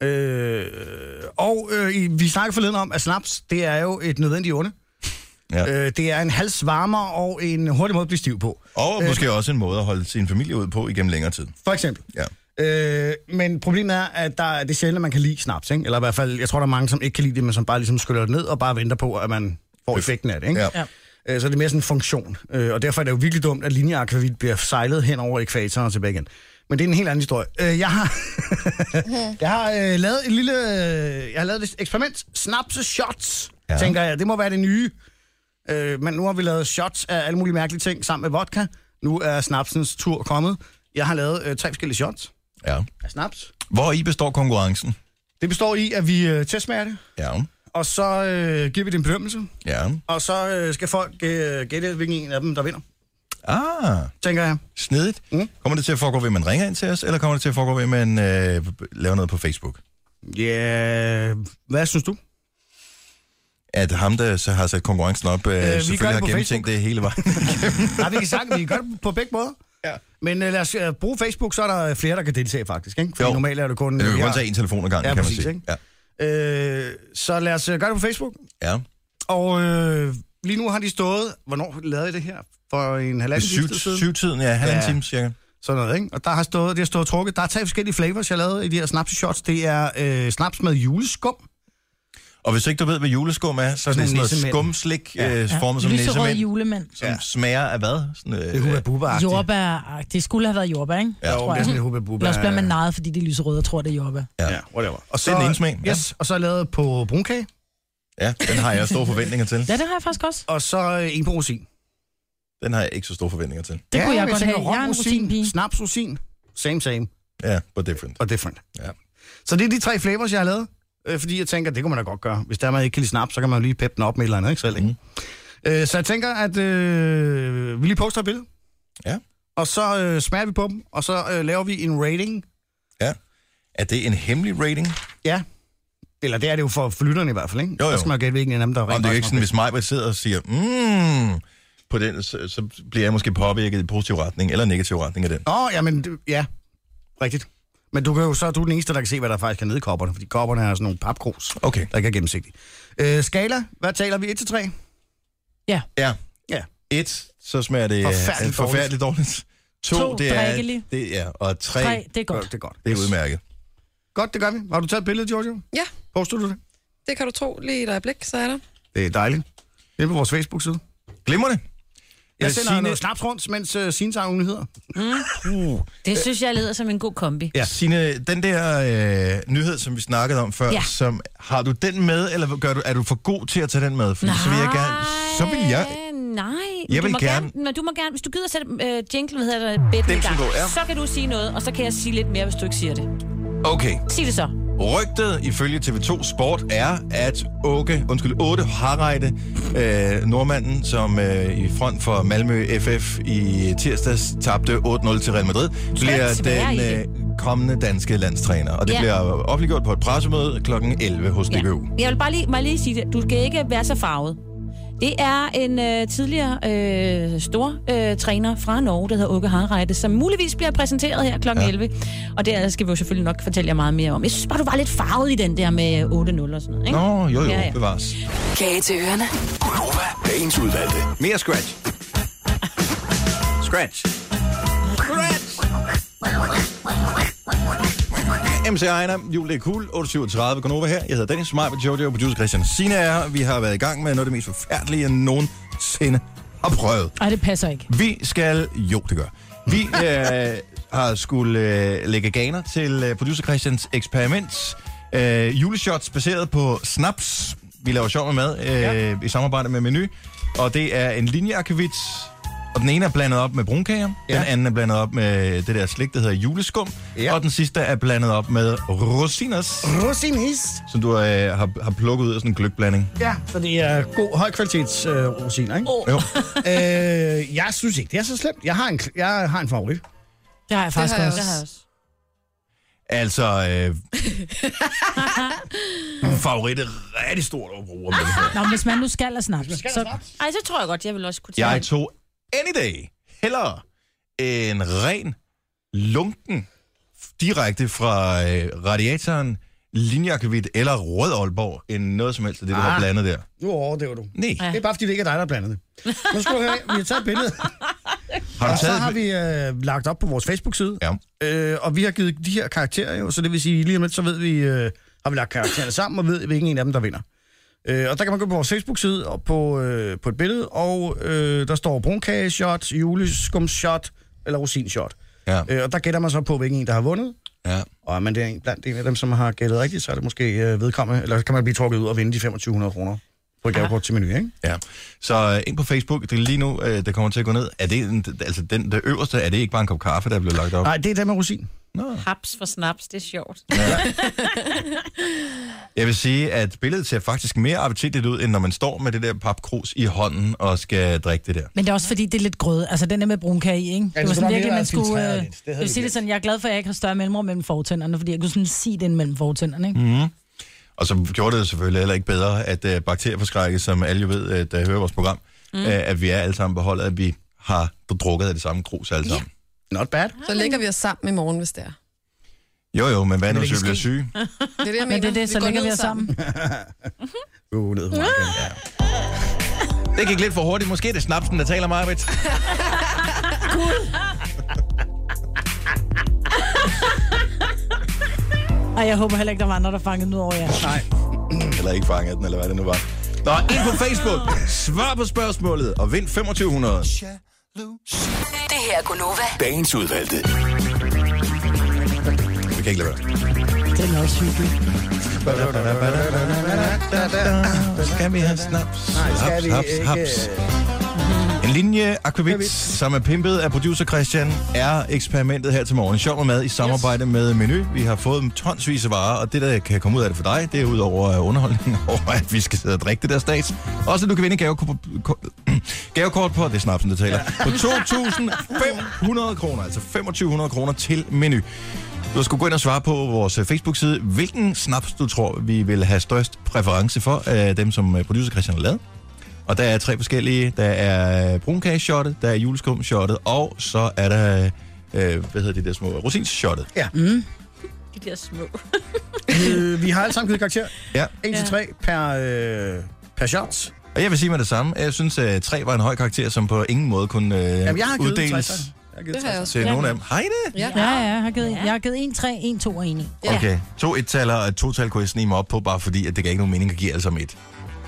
Ja.
Øh, og øh, i- vi snakkede forleden om, at snaps, det er jo et nødvendigt onde.
Ja.
Øh, det er en halsvarmer og en hurtig måde at blive stiv på.
og øh, måske også en måde at holde sin familie ud på igennem længere tid.
For eksempel.
Ja.
Øh, men problemet er, at der, det er sjældent, at man kan lide snaps, ikke? Eller i hvert fald, jeg tror, der er mange, som ikke kan lide det, men som bare ligesom skyller det ned og bare venter på, at man får effekten af det, ikke?
Ja.
Øh, Så er det mere sådan en funktion. Øh, Og derfor er det jo virkelig dumt, at linjeakvavit bliver sejlet hen over ekvatoren og tilbage igen. Men det er en helt anden historie. Øh, Jeg har, jeg har øh, lavet et lille... øh, Jeg har lavet et eksperiment. Snapse shots, ja. tænker jeg. Det må være det nye. Øh, men nu har vi lavet shots af alle mulige mærkelige ting sammen med vodka. Nu er snapsens tur kommet. Jeg har lavet øh, tre forskellige shots
Ja.
af snaps.
Hvor i består konkurrencen?
Det består i, at vi øh, testsmager det,
Ja.
og så øh, giver vi det en bedømmelse.
Ja.
Og så øh, skal folk øh, gætte, hvilken en af dem, der vinder.
Ah.
Tænker jeg.
Snedigt. Mm. Kommer det til at foregå ved, at man ringer ind til os, eller kommer det til at foregå ved, at man øh, laver noget på Facebook?
Ja, yeah. hvad synes du?
At ham, der så har sat konkurrencen op, øh,
vi gør
øh,
det på
selvfølgelig har gennemtænkt
Facebook.
det hele
(laughs)
vejen.
Nej, vi kan sagtens, vi kan gøre det på begge måder.
Ja.
Men øh, lad os øh, bruge Facebook, så er der flere, der kan deltage faktisk. Ikke? Fordi
Jo.
normalt er det kun... øh,
Du kan
her.
kun tage en telefon ad gangen,
Ja,
kan
præcis,
man sige.
ikke? Øh, så lad os øh, gøre det på Facebook.
Ja.
Og øh, lige nu har de stået... Hvornår lavede I det her? For en halvanden
Syv-
time siden?
syvtiden, ja, halvanden time cirka.
Sådan noget, ikke? Og der har stået, det har stået og trukket. Der er tre forskellige flavors, jeg lavede i de her snapshots. Det er øh, snaps med juleskum.
Og hvis ikke du ved, hvad juleskum er, så er det sådan noget
nissemænd.
skumslik
Ja.
ja. øh,
Ja.
formet som
Lyserøde
nissemænd,
julemænd.
som ja. smager af hvad? Sådan, øh, det
er hubba
Jordbær. Det skulle have været jordbær, ikke?
Ja, jo,
Tror
det er
jeg.
sådan lidt hubba-bubba.
Eller også bliver man narret, fordi de er lyserøde og tror, det er jordbær.
Ja.
ja, whatever. Og
så, det er den ene smag. Ja.
Yes, og så er jeg lavet på brunkage.
ja, den har jeg store forventninger til.
Ja, det har jeg faktisk også.
Og så øh, en på rosin.
Den har jeg ikke så store forventninger til.
Det kunne jeg godt
tænker,
have.
rom,
Jeg er en
rosin, snaps, rosin. Same, same.
Ja, but different.
Og different.
Ja.
Så det er de tre flavors, jeg har lavet. Øh, fordi jeg tænker, det kunne man da godt gøre. Hvis der man ikke kan lide snaps, så kan man jo lige peppe den op med et eller andet, ikke selv? Ikke? Mm. Øh, så jeg tænker, at øh, vi lige poster et billede.
Ja.
Og så øh, smager vi på dem, og så øh, laver vi en rating.
Ja. Er det en hemmelig rating?
Ja. Eller det er det jo for, for lytterne i hvert fald, ikke?
Jo, jo.
Så skal man gætte, hvilken af dem, der rent
Om det er jo ikke
faktisk
sådan,
var
hvis mig sidder og siger, mm, på den, så, så bliver jeg måske påvirket i positiv retning eller negativ retning af den.
bedst. Åh, ja, men det- ja. Rigtigt. Men du kan jo så, du er den eneste, der kan se, hvad der faktisk er nede i kopperne, fordi kopperne er sådan nogle papkrus,
okay.
der ikke er gennemsigtige. Øh, skala, hvad taler vi? 1-3?
Ja.
Ja.
Ja.
Et, så smager det
Forfærdeligt
øh, forfærdeligt dårligt. To,
To,
det er,
drikkelig.
det er, og tre,
Tre, det er godt.
Det er,
godt.
Det er udmærket.
Godt, det gør vi. Har du taget et billede, Giorgio?
Ja.
Poster du det?
Det kan du tro lige et øjeblik, så er der.
Det er dejligt. Det er på vores Facebook-side.
Glimrende.
Jeg
Øh,
sender
Signe-
Signe... noget snaps rundt, mens uh, Sine tager nyheder.
Mm.
Øh.
Det synes jeg lyder som en god kombi.
Ja. Signe, den der øh, nyhed, som vi snakkede om før,
Ja.
ja. som, har du den med, eller gør du, er du for god til at tage den med? Fordi så vil jeg gerne... Så vil jeg...
Øh, Nej, men
Jeg
du
vil
må
gerne-
Men du må gerne, hvis du gider sætte øh, jingle, hvad hedder det, bedden i
Den skal
gang,
gå, ja.
så kan du sige noget, og så kan jeg sige lidt mere, hvis du ikke siger det.
Okay.
Sig det så.
Rygtet ifølge TV2 Sport er, at Åke, undskyld, 8 Harreide, øh, nordmanden, som øh, i front for Malmø FF i tirsdags tabte 8-0 til Real Madrid, bliver
svære i
den
det.
øh, kommende danske landstræner. Og det
Ja.
ja. bliver offentliggjort på et pressemøde kl. 11 hos
Ja.
DBU.
Jeg vil bare lige, mig lige sige det. Du skal ikke være så farvet. Det er en øh, tidligere øh, stor øh, træner fra Norge, der hedder Åke Harreide, som muligvis bliver præsenteret her kl. Ja. 11. Og det skal vi jo selvfølgelig nok fortælle jer meget mere om. Jeg synes bare, du var lidt farvet i den der med 8-0 og sådan noget. Ikke?
Nå, jo jo,
Ja,
ja,
ja.
ja. bevares.
Kage til ørerne.
Dagens udvalgte.
Mere scratch. Scratch. MC Ejner, jul det er cool, 8.37, Gonova her. Jeg hedder Dennis Maj, med Jojo, producer Christian Sina er her. Vi har været i gang med noget af det mest forfærdelige, jeg nogensinde og prøvet.
Ej, det passer ikke.
Vi skal... Jo, det gør. (laughs) Vi øh, har skulle øh, lægge ganer til øh, producer Christians eksperiment. Øh, juleshots baseret på snaps. Vi laver sjov med mad øh, ja. i samarbejde med Menu. Og det er en linjeakvavits. Og den ene er blandet op med brunkager. Ja. Den anden er blandet op med det der slik, der hedder juleskum. Ja. Og den sidste er blandet op med rosiners.
Rosinis.
Som du øh, har, har plukket ud af sådan en gløgblanding.
Ja, så det er god, høj kvalitets øh, rosiner, ikke?
Jo.
øh, jeg synes ikke, det er så slemt. Jeg har en, kl- jeg har en favorit.
Det har jeg faktisk
har jeg
også.
også.
Det har jeg også.
Altså, (laughs) øh, favorit er rigtig stort at bruge. Men
Nå, men hvis man nu skal have snaps. Så...
Ej, så tror jeg godt, jeg vil også kunne tage
jeg tog any day hellere en ren lunken f- direkte fra øh, radiatoren linjakkevidt eller rød Aalborg, end noget som helst af det, du har
Ah.
blandet der.
Nu overdøver du.
Nej.
Det er bare, fordi det ikke er dig, der har blandet det. Nu skal du høre, vi har taget et billede.
Har du
og så
taget et
har vi øh, lagt op på vores Facebook-side.
Ja.
Øh, og vi har givet de her karakterer jo, så det vil sige, lige om lidt, så ved vi, øh, har vi lagt karaktererne sammen, og ved hvilken en af dem, der vinder. Øh, og der kan man gå på vores Facebook-side og på, øh, på et billede, og øh, der står brunkageshot, juleskumshot eller rosinshot.
Ja.
Øh, og der gætter man så på, hvilken en, der har vundet.
Ja.
Og er man der en, blandt en af dem, som har gættet rigtigt, så er det måske øh, vedkommende, eller kan man blive trukket ud og vinde de 2500 kroner på et gavekort til menu, ikke?
Ja. Så øh, ind på Facebook, det er lige nu, øh, det kommer til at gå ned. Er det, en, altså den det øverste, er det ikke bare en kop kaffe, der er blevet lagt op?
Nej, det er der med rosin.
Haps for snaps, det er sjovt.
Jeg vil sige, at billedet ser faktisk mere appetitligt ud, end når man står med det der papkrus i hånden og skal drikke det der.
Men det er også fordi, det er lidt grød. Altså, den er med brunkage i, ikke?
Ja,
det var
det skulle
sådan
man
virkelig,
lige
man
have
skulle...
filtreret
Øh,
lidt. Det
jeg
havde
vil
vi
sige det sådan, jeg er glad for, at jeg ikke har større mellemrum mellem fortænderne, fordi jeg kunne sådan sige det ind mellem fortænderne, ikke?
Mm. Og så gjorde det jo selvfølgelig heller ikke bedre, at øh, bakterieforskrækket, som alle jo ved, øh, der hører vores program,
Mm.
mm. øh, at vi er alle sammen på holdet, at vi har drukket af det samme krus alle sammen.
Not bad.
Så lægger vi os sammen i morgen, hvis det er.
Jo jo, men hvad nu,
Men
hvis
det kan
vi bliver
ske.
syge?
Det er det, jeg
Men
mener.
det er det, så
går
lægger
ned
vi os sammen.
Uh, ned.
Det gik lidt for hurtigt. Måske er det snapsen, der taler meget.
Ej, jeg håber heller ikke, der var andre, der fangede den ud over jer.
Nej.
Eller ikke fanget den, eller hvad det nu var. Nå, ind på Facebook. Svar på spørgsmålet og vind 2500.
Det her er Gunova.
Dagens udvalgte. Vi kan ikke lade være.
Den er også hyggelig.
Skal vi have snaps?
Nej, skal
Haps,
vi
haps,
ikke.
haps. En linje Aquavit, som er pimpet af producer Christian, er eksperimentet her til morgen. Sjov og mad i samarbejde yes. med Menu. Vi har fået tonsvis af varer, og det, der kan komme ud af det for dig, det er ud over øh, underholdningen (laughs) over, at vi skal sidde og drikke det der stats. Også at du kan vinde gavekort, ko- (clears throat) gavekort på, det er snapsen, der taler, på 2.500 kroner, altså 2.500 kroner til Menu. Du skal gå ind og svare på vores øh, Facebook-side, hvilken snaps du tror, vi vil have størst præference for af dem, som øh, producer Christian har lavet. Og der er tre forskellige. Der er brunkageshotet, der er juleskumshottet, og så er der, øh, hvad hedder de der små, rosinshottet.
Ja. Mm.
De der små.
øh, vi har alle sammen givet karakter.
Ja.
1 til 3 per, øh, per shot.
Og jeg vil sige med det samme. Jeg synes, at tre var en høj karakter, som på ingen måde kunne øh,
Jamen, jeg har givet tre
uddeles
til. Jeg har givet
Det har jeg også.
til
Ja.
nogen af dem. Hej det!
Ja, ja, jeg har givet, jeg har givet 1, 3, 1, 2 og 1.
Okay, to et-taller og et to-tal kunne jeg snige mig op på, bare fordi at det gav ikke nogen mening at give alle sammen et.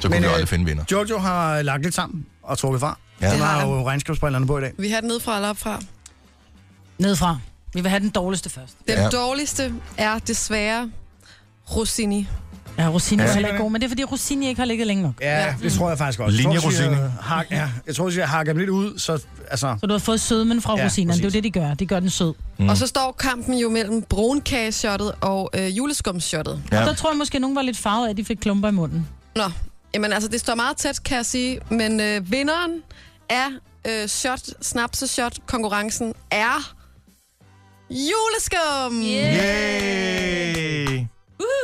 Så kunne
Men,
vi jo
øh,
aldrig finde vinder.
Jojo har øh, lagt lidt sammen og trukket fra.
Ja.
Ja.
Det
Han
har
har
han.
jo regnskabsbrillerne på i dag.
Vi har den nedfra eller opfra.
Nedfra. Vi vil have den dårligste først.
Den
Ja.
ja. dårligste er desværre Rossini.
Ja, rosiner
Ja.
er heller ikke god, men det er fordi rosiner ikke har ligget længe nok.
Ja, det tror jeg faktisk også. Jeg
Linje
tror, hvis vi,
Rossini.
øh, hak- ja, jeg tror, hvis jeg hakker dem lidt ud, så... Altså,
Så du har fået sødmen fra
Ja,
ja, rosinerne. Det er jo
præcis.
det, de gør. De gør den sød.
Mm.
Og så står kampen jo mellem brunkageshottet og øh, juleskumshottet.
Ja. Og der tror jeg måske, at nogen var lidt farvet af, at de fik klumper i munden.
Nå, jamen altså, det står meget tæt, kan jeg sige, men øh, vinderen af øh, shot, snapseshot-konkurrencen er juleskum!
Yay!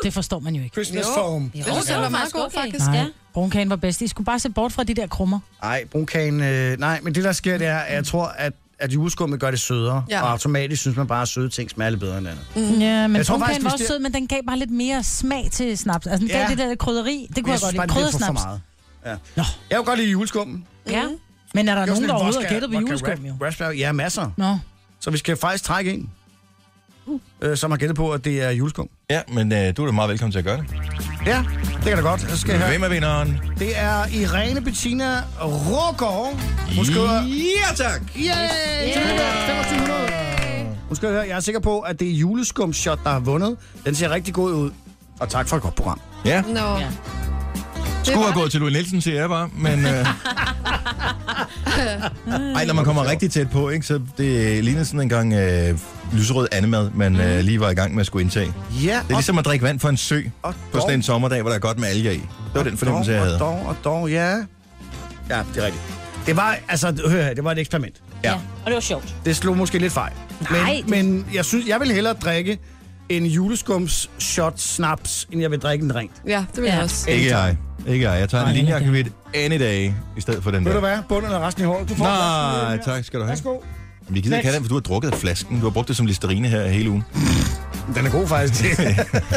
Det forstår man jo ikke.
Christmas Jo. foam. Jo,
det var meget god, faktisk.
Nej,
Ja.
brunkagen var bedst. I skulle bare se bort fra de der krummer.
Ej, brunkagen... Øh, nej, men det der sker, det er, at jeg tror, at, at juleskummet gør det sødere.
Ja.
Ja. Og automatisk synes man bare, at søde ting smager lidt bedre end andet.
Mm. Ja, men
Jeg tror
brunkagen
faktisk,
var
hvis
også
det-
sød, men den gav bare lidt mere smag til snaps. Altså, den gav
Ja.
det der krydderi. Det
Men
kunne jeg,
synes
godt
bare,
lide.
det bliver for-
Kryddersnaps.
for meget. Ja. Jeg kunne godt lide juleskummen.
Ja. Men
Det var
er der nogen,
sådan
der
en
overhovedet
vodka-
har gættet på
vodka
juleskum,
rap-
jo?
Raspberry, ja, masser.
Nå.
Så vi skal faktisk trække en, øh, som har gættet på, at det er juleskum.
Ja, men øh, du er da meget velkommen til at gøre det.
Ja, det kan da godt. Jeg skal høre.
Hvem er vinderen?
Det er Irene Bettina Rågaard. Hun skriver...
Ja, tak!
Yay! Yes. Hun skal høre, jeg er sikker på, at det er juleskumshot, der har vundet. Den ser rigtig god ud. Og tak for et godt program.
Ja.
Nå. Ja.
Skulle have gået til Louis Nielsen, siger jeg bare, men... Øh, ej, når man kommer rigtig tæt på, ikke, så det ligner sådan en gang øh, lyserød andemad, man øh, lige var i gang med at skulle indtage.
Ja,
Det er ligesom at drikke vand fra en sø på sådan en sommerdag, hvor der er godt med alger i. Det var den fornemmelse, jeg havde.
Og dog, og dog, ja. Ja, det er rigtigt. Det var, altså, hør her, det var et eksperiment.
Ja.
Og det var sjovt.
Det slog måske lidt fejl.
Nej,
Men, men jeg synes, jeg vil hellere drikke en juleskums shot snaps, end jeg vil drikke en rent.
Ja, det vil jeg også.
Ikke jeg. Ikke jeg. Jeg tager en linjeaktivit any day i stedet for den
Ved du
der.
hvad? Bunden af resten i håret. Du får
Nej, tak skal du have.
Værsgo.
Vi gider ikke have den, for du har drukket af flasken. Du har brugt det som listerine her hele ugen.
Den er god faktisk.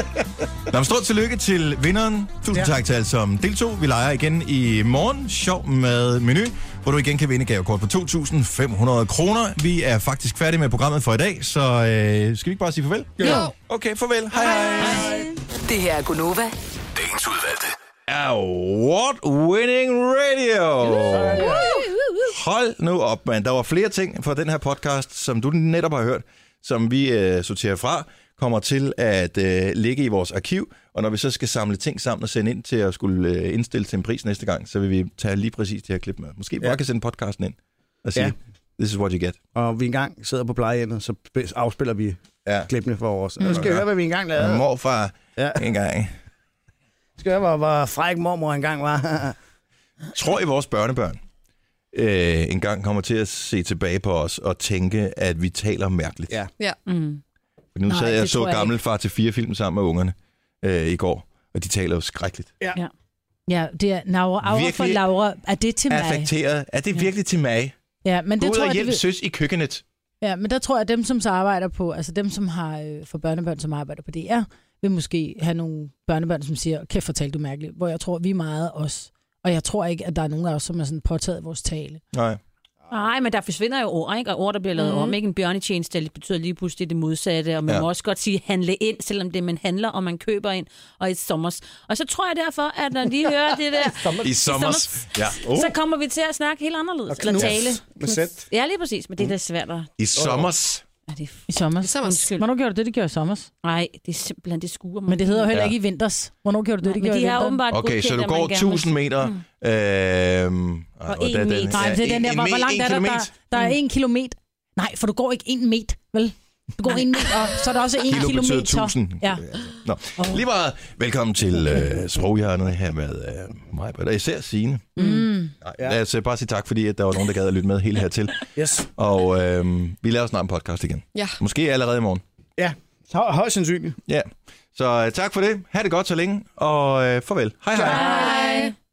(laughs) Nå, men stort tillykke til vinderen. Tusind ja. tak til alle, som deltog. Vi leger igen i morgen. Sjov med menu, hvor du igen kan vinde gavekort på 2.500 kroner. Vi er faktisk færdige med programmet for i dag, så øh, skal vi ikke bare sige farvel?
Jo.
Okay, farvel. Hej hej.
Det her er Gunova.
Dagens udvalgte.
Award Winning Radio. Hold nu op, mand. Der var flere ting fra den her podcast, som du netop har hørt, som vi øh, sorterer fra, kommer til at øh, ligge i vores arkiv. Og når vi så skal samle ting sammen og sende ind til at skulle øh, indstille til en pris næste gang, så vil vi tage lige præcis det her klip med. Måske ja. bare kan sende podcasten ind og sige,
Ja.
ja. this is what you get.
(laughs) Og vi engang sidder på plejehjemmet, så sp- afspiller vi
Ja.
klippene for vores. Nu skal vi høre, hvad vi engang lavede.
Min Morfar
Ja.
ja. engang.
Skal jeg høre, hvor, hvor fræk mormor engang var.
Tror I vores børnebørn øh, engang kommer til at se tilbage på os og tænke, at vi taler mærkeligt?
ja.
Ja.
Mm.
For nu
Nej,
Nej, sad jeg og
det
så
tror jeg
gammel far til fire film sammen med ungerne øh, i går, og de taler jo skrækkeligt.
Ja. Ja, det er Laura, Aura for
Virkelig
Laura. Er det til mig?
Affekteret. Er det virkelig til mig?
Ja, men
Gå
det
ud
tror
og
jeg, det
hjælp
vil...
søs i køkkenet.
Ja, men der tror jeg, at dem, som så arbejder på, altså dem, som har øh, for børnebørn, som arbejder på DR, vil måske have nogle børnebørn, som siger, kæft, fortalte du mærkeligt, hvor jeg tror, vi er meget os. Og jeg tror ikke, at der er nogen af os, som er sådan påtaget vores tale.
Nej.
Nej, men der forsvinder jo ord, ikke? Og ord, der bliver lavet
Mhm.
mm. om, ikke? En bjørnetjeneste det betyder lige pludselig det modsatte, og man
Ja.
ja. må også godt sige handle ind, selvom det man handler, og man køber ind, og i sommers. Og så tror jeg derfor, at når
(laughs)
de hører det der,
I sommers. Ja. Uh.
oh. så kommer vi til at snakke helt anderledes. Eller tale.
Med sæt.
Ja, lige præcis,
Mm.
men det er da svært at...
I sommers.
Ja, det
I sommer. I
sommer.
Undskyld.
Hvornår gjorde du det, det gjorde i sommer?
Nej, det er simpelthen, det skuer mig.
Men det hedder jo heller
Ja.
ikke i vinters. Hvornår gjorde du det, det
Men
gjorde
de
i
har
vinteren?
åbenbart
Okay, så du
godkendt, at man
går
gerne må-
1000 meter. Mm. Øhm, og
en meter.
Nej, det er den der, hvor, hvor langt er der, der? Der er en kilometer. Nej, for du går ikke en meter, vel? Du går en meter, og så er der også en
Kilo
kilometer.
betyder 1000.
Ja.
Nå. Lige meget velkommen til øh, sproghjørnet her med øh, mig, og især Signe.
Mm.
Nej, lad os øh, bare sige tak, fordi at der var nogen, der gad at lytte med hele hertil.
Yes.
Og øh, vi laver snart en podcast igen.
Ja.
Måske allerede i morgen.
Ja, hø- højst sandsynligt.
Ja. Så øh, tak for det. Ha' det godt så længe, og øh, farvel. Hej hej.
Hej.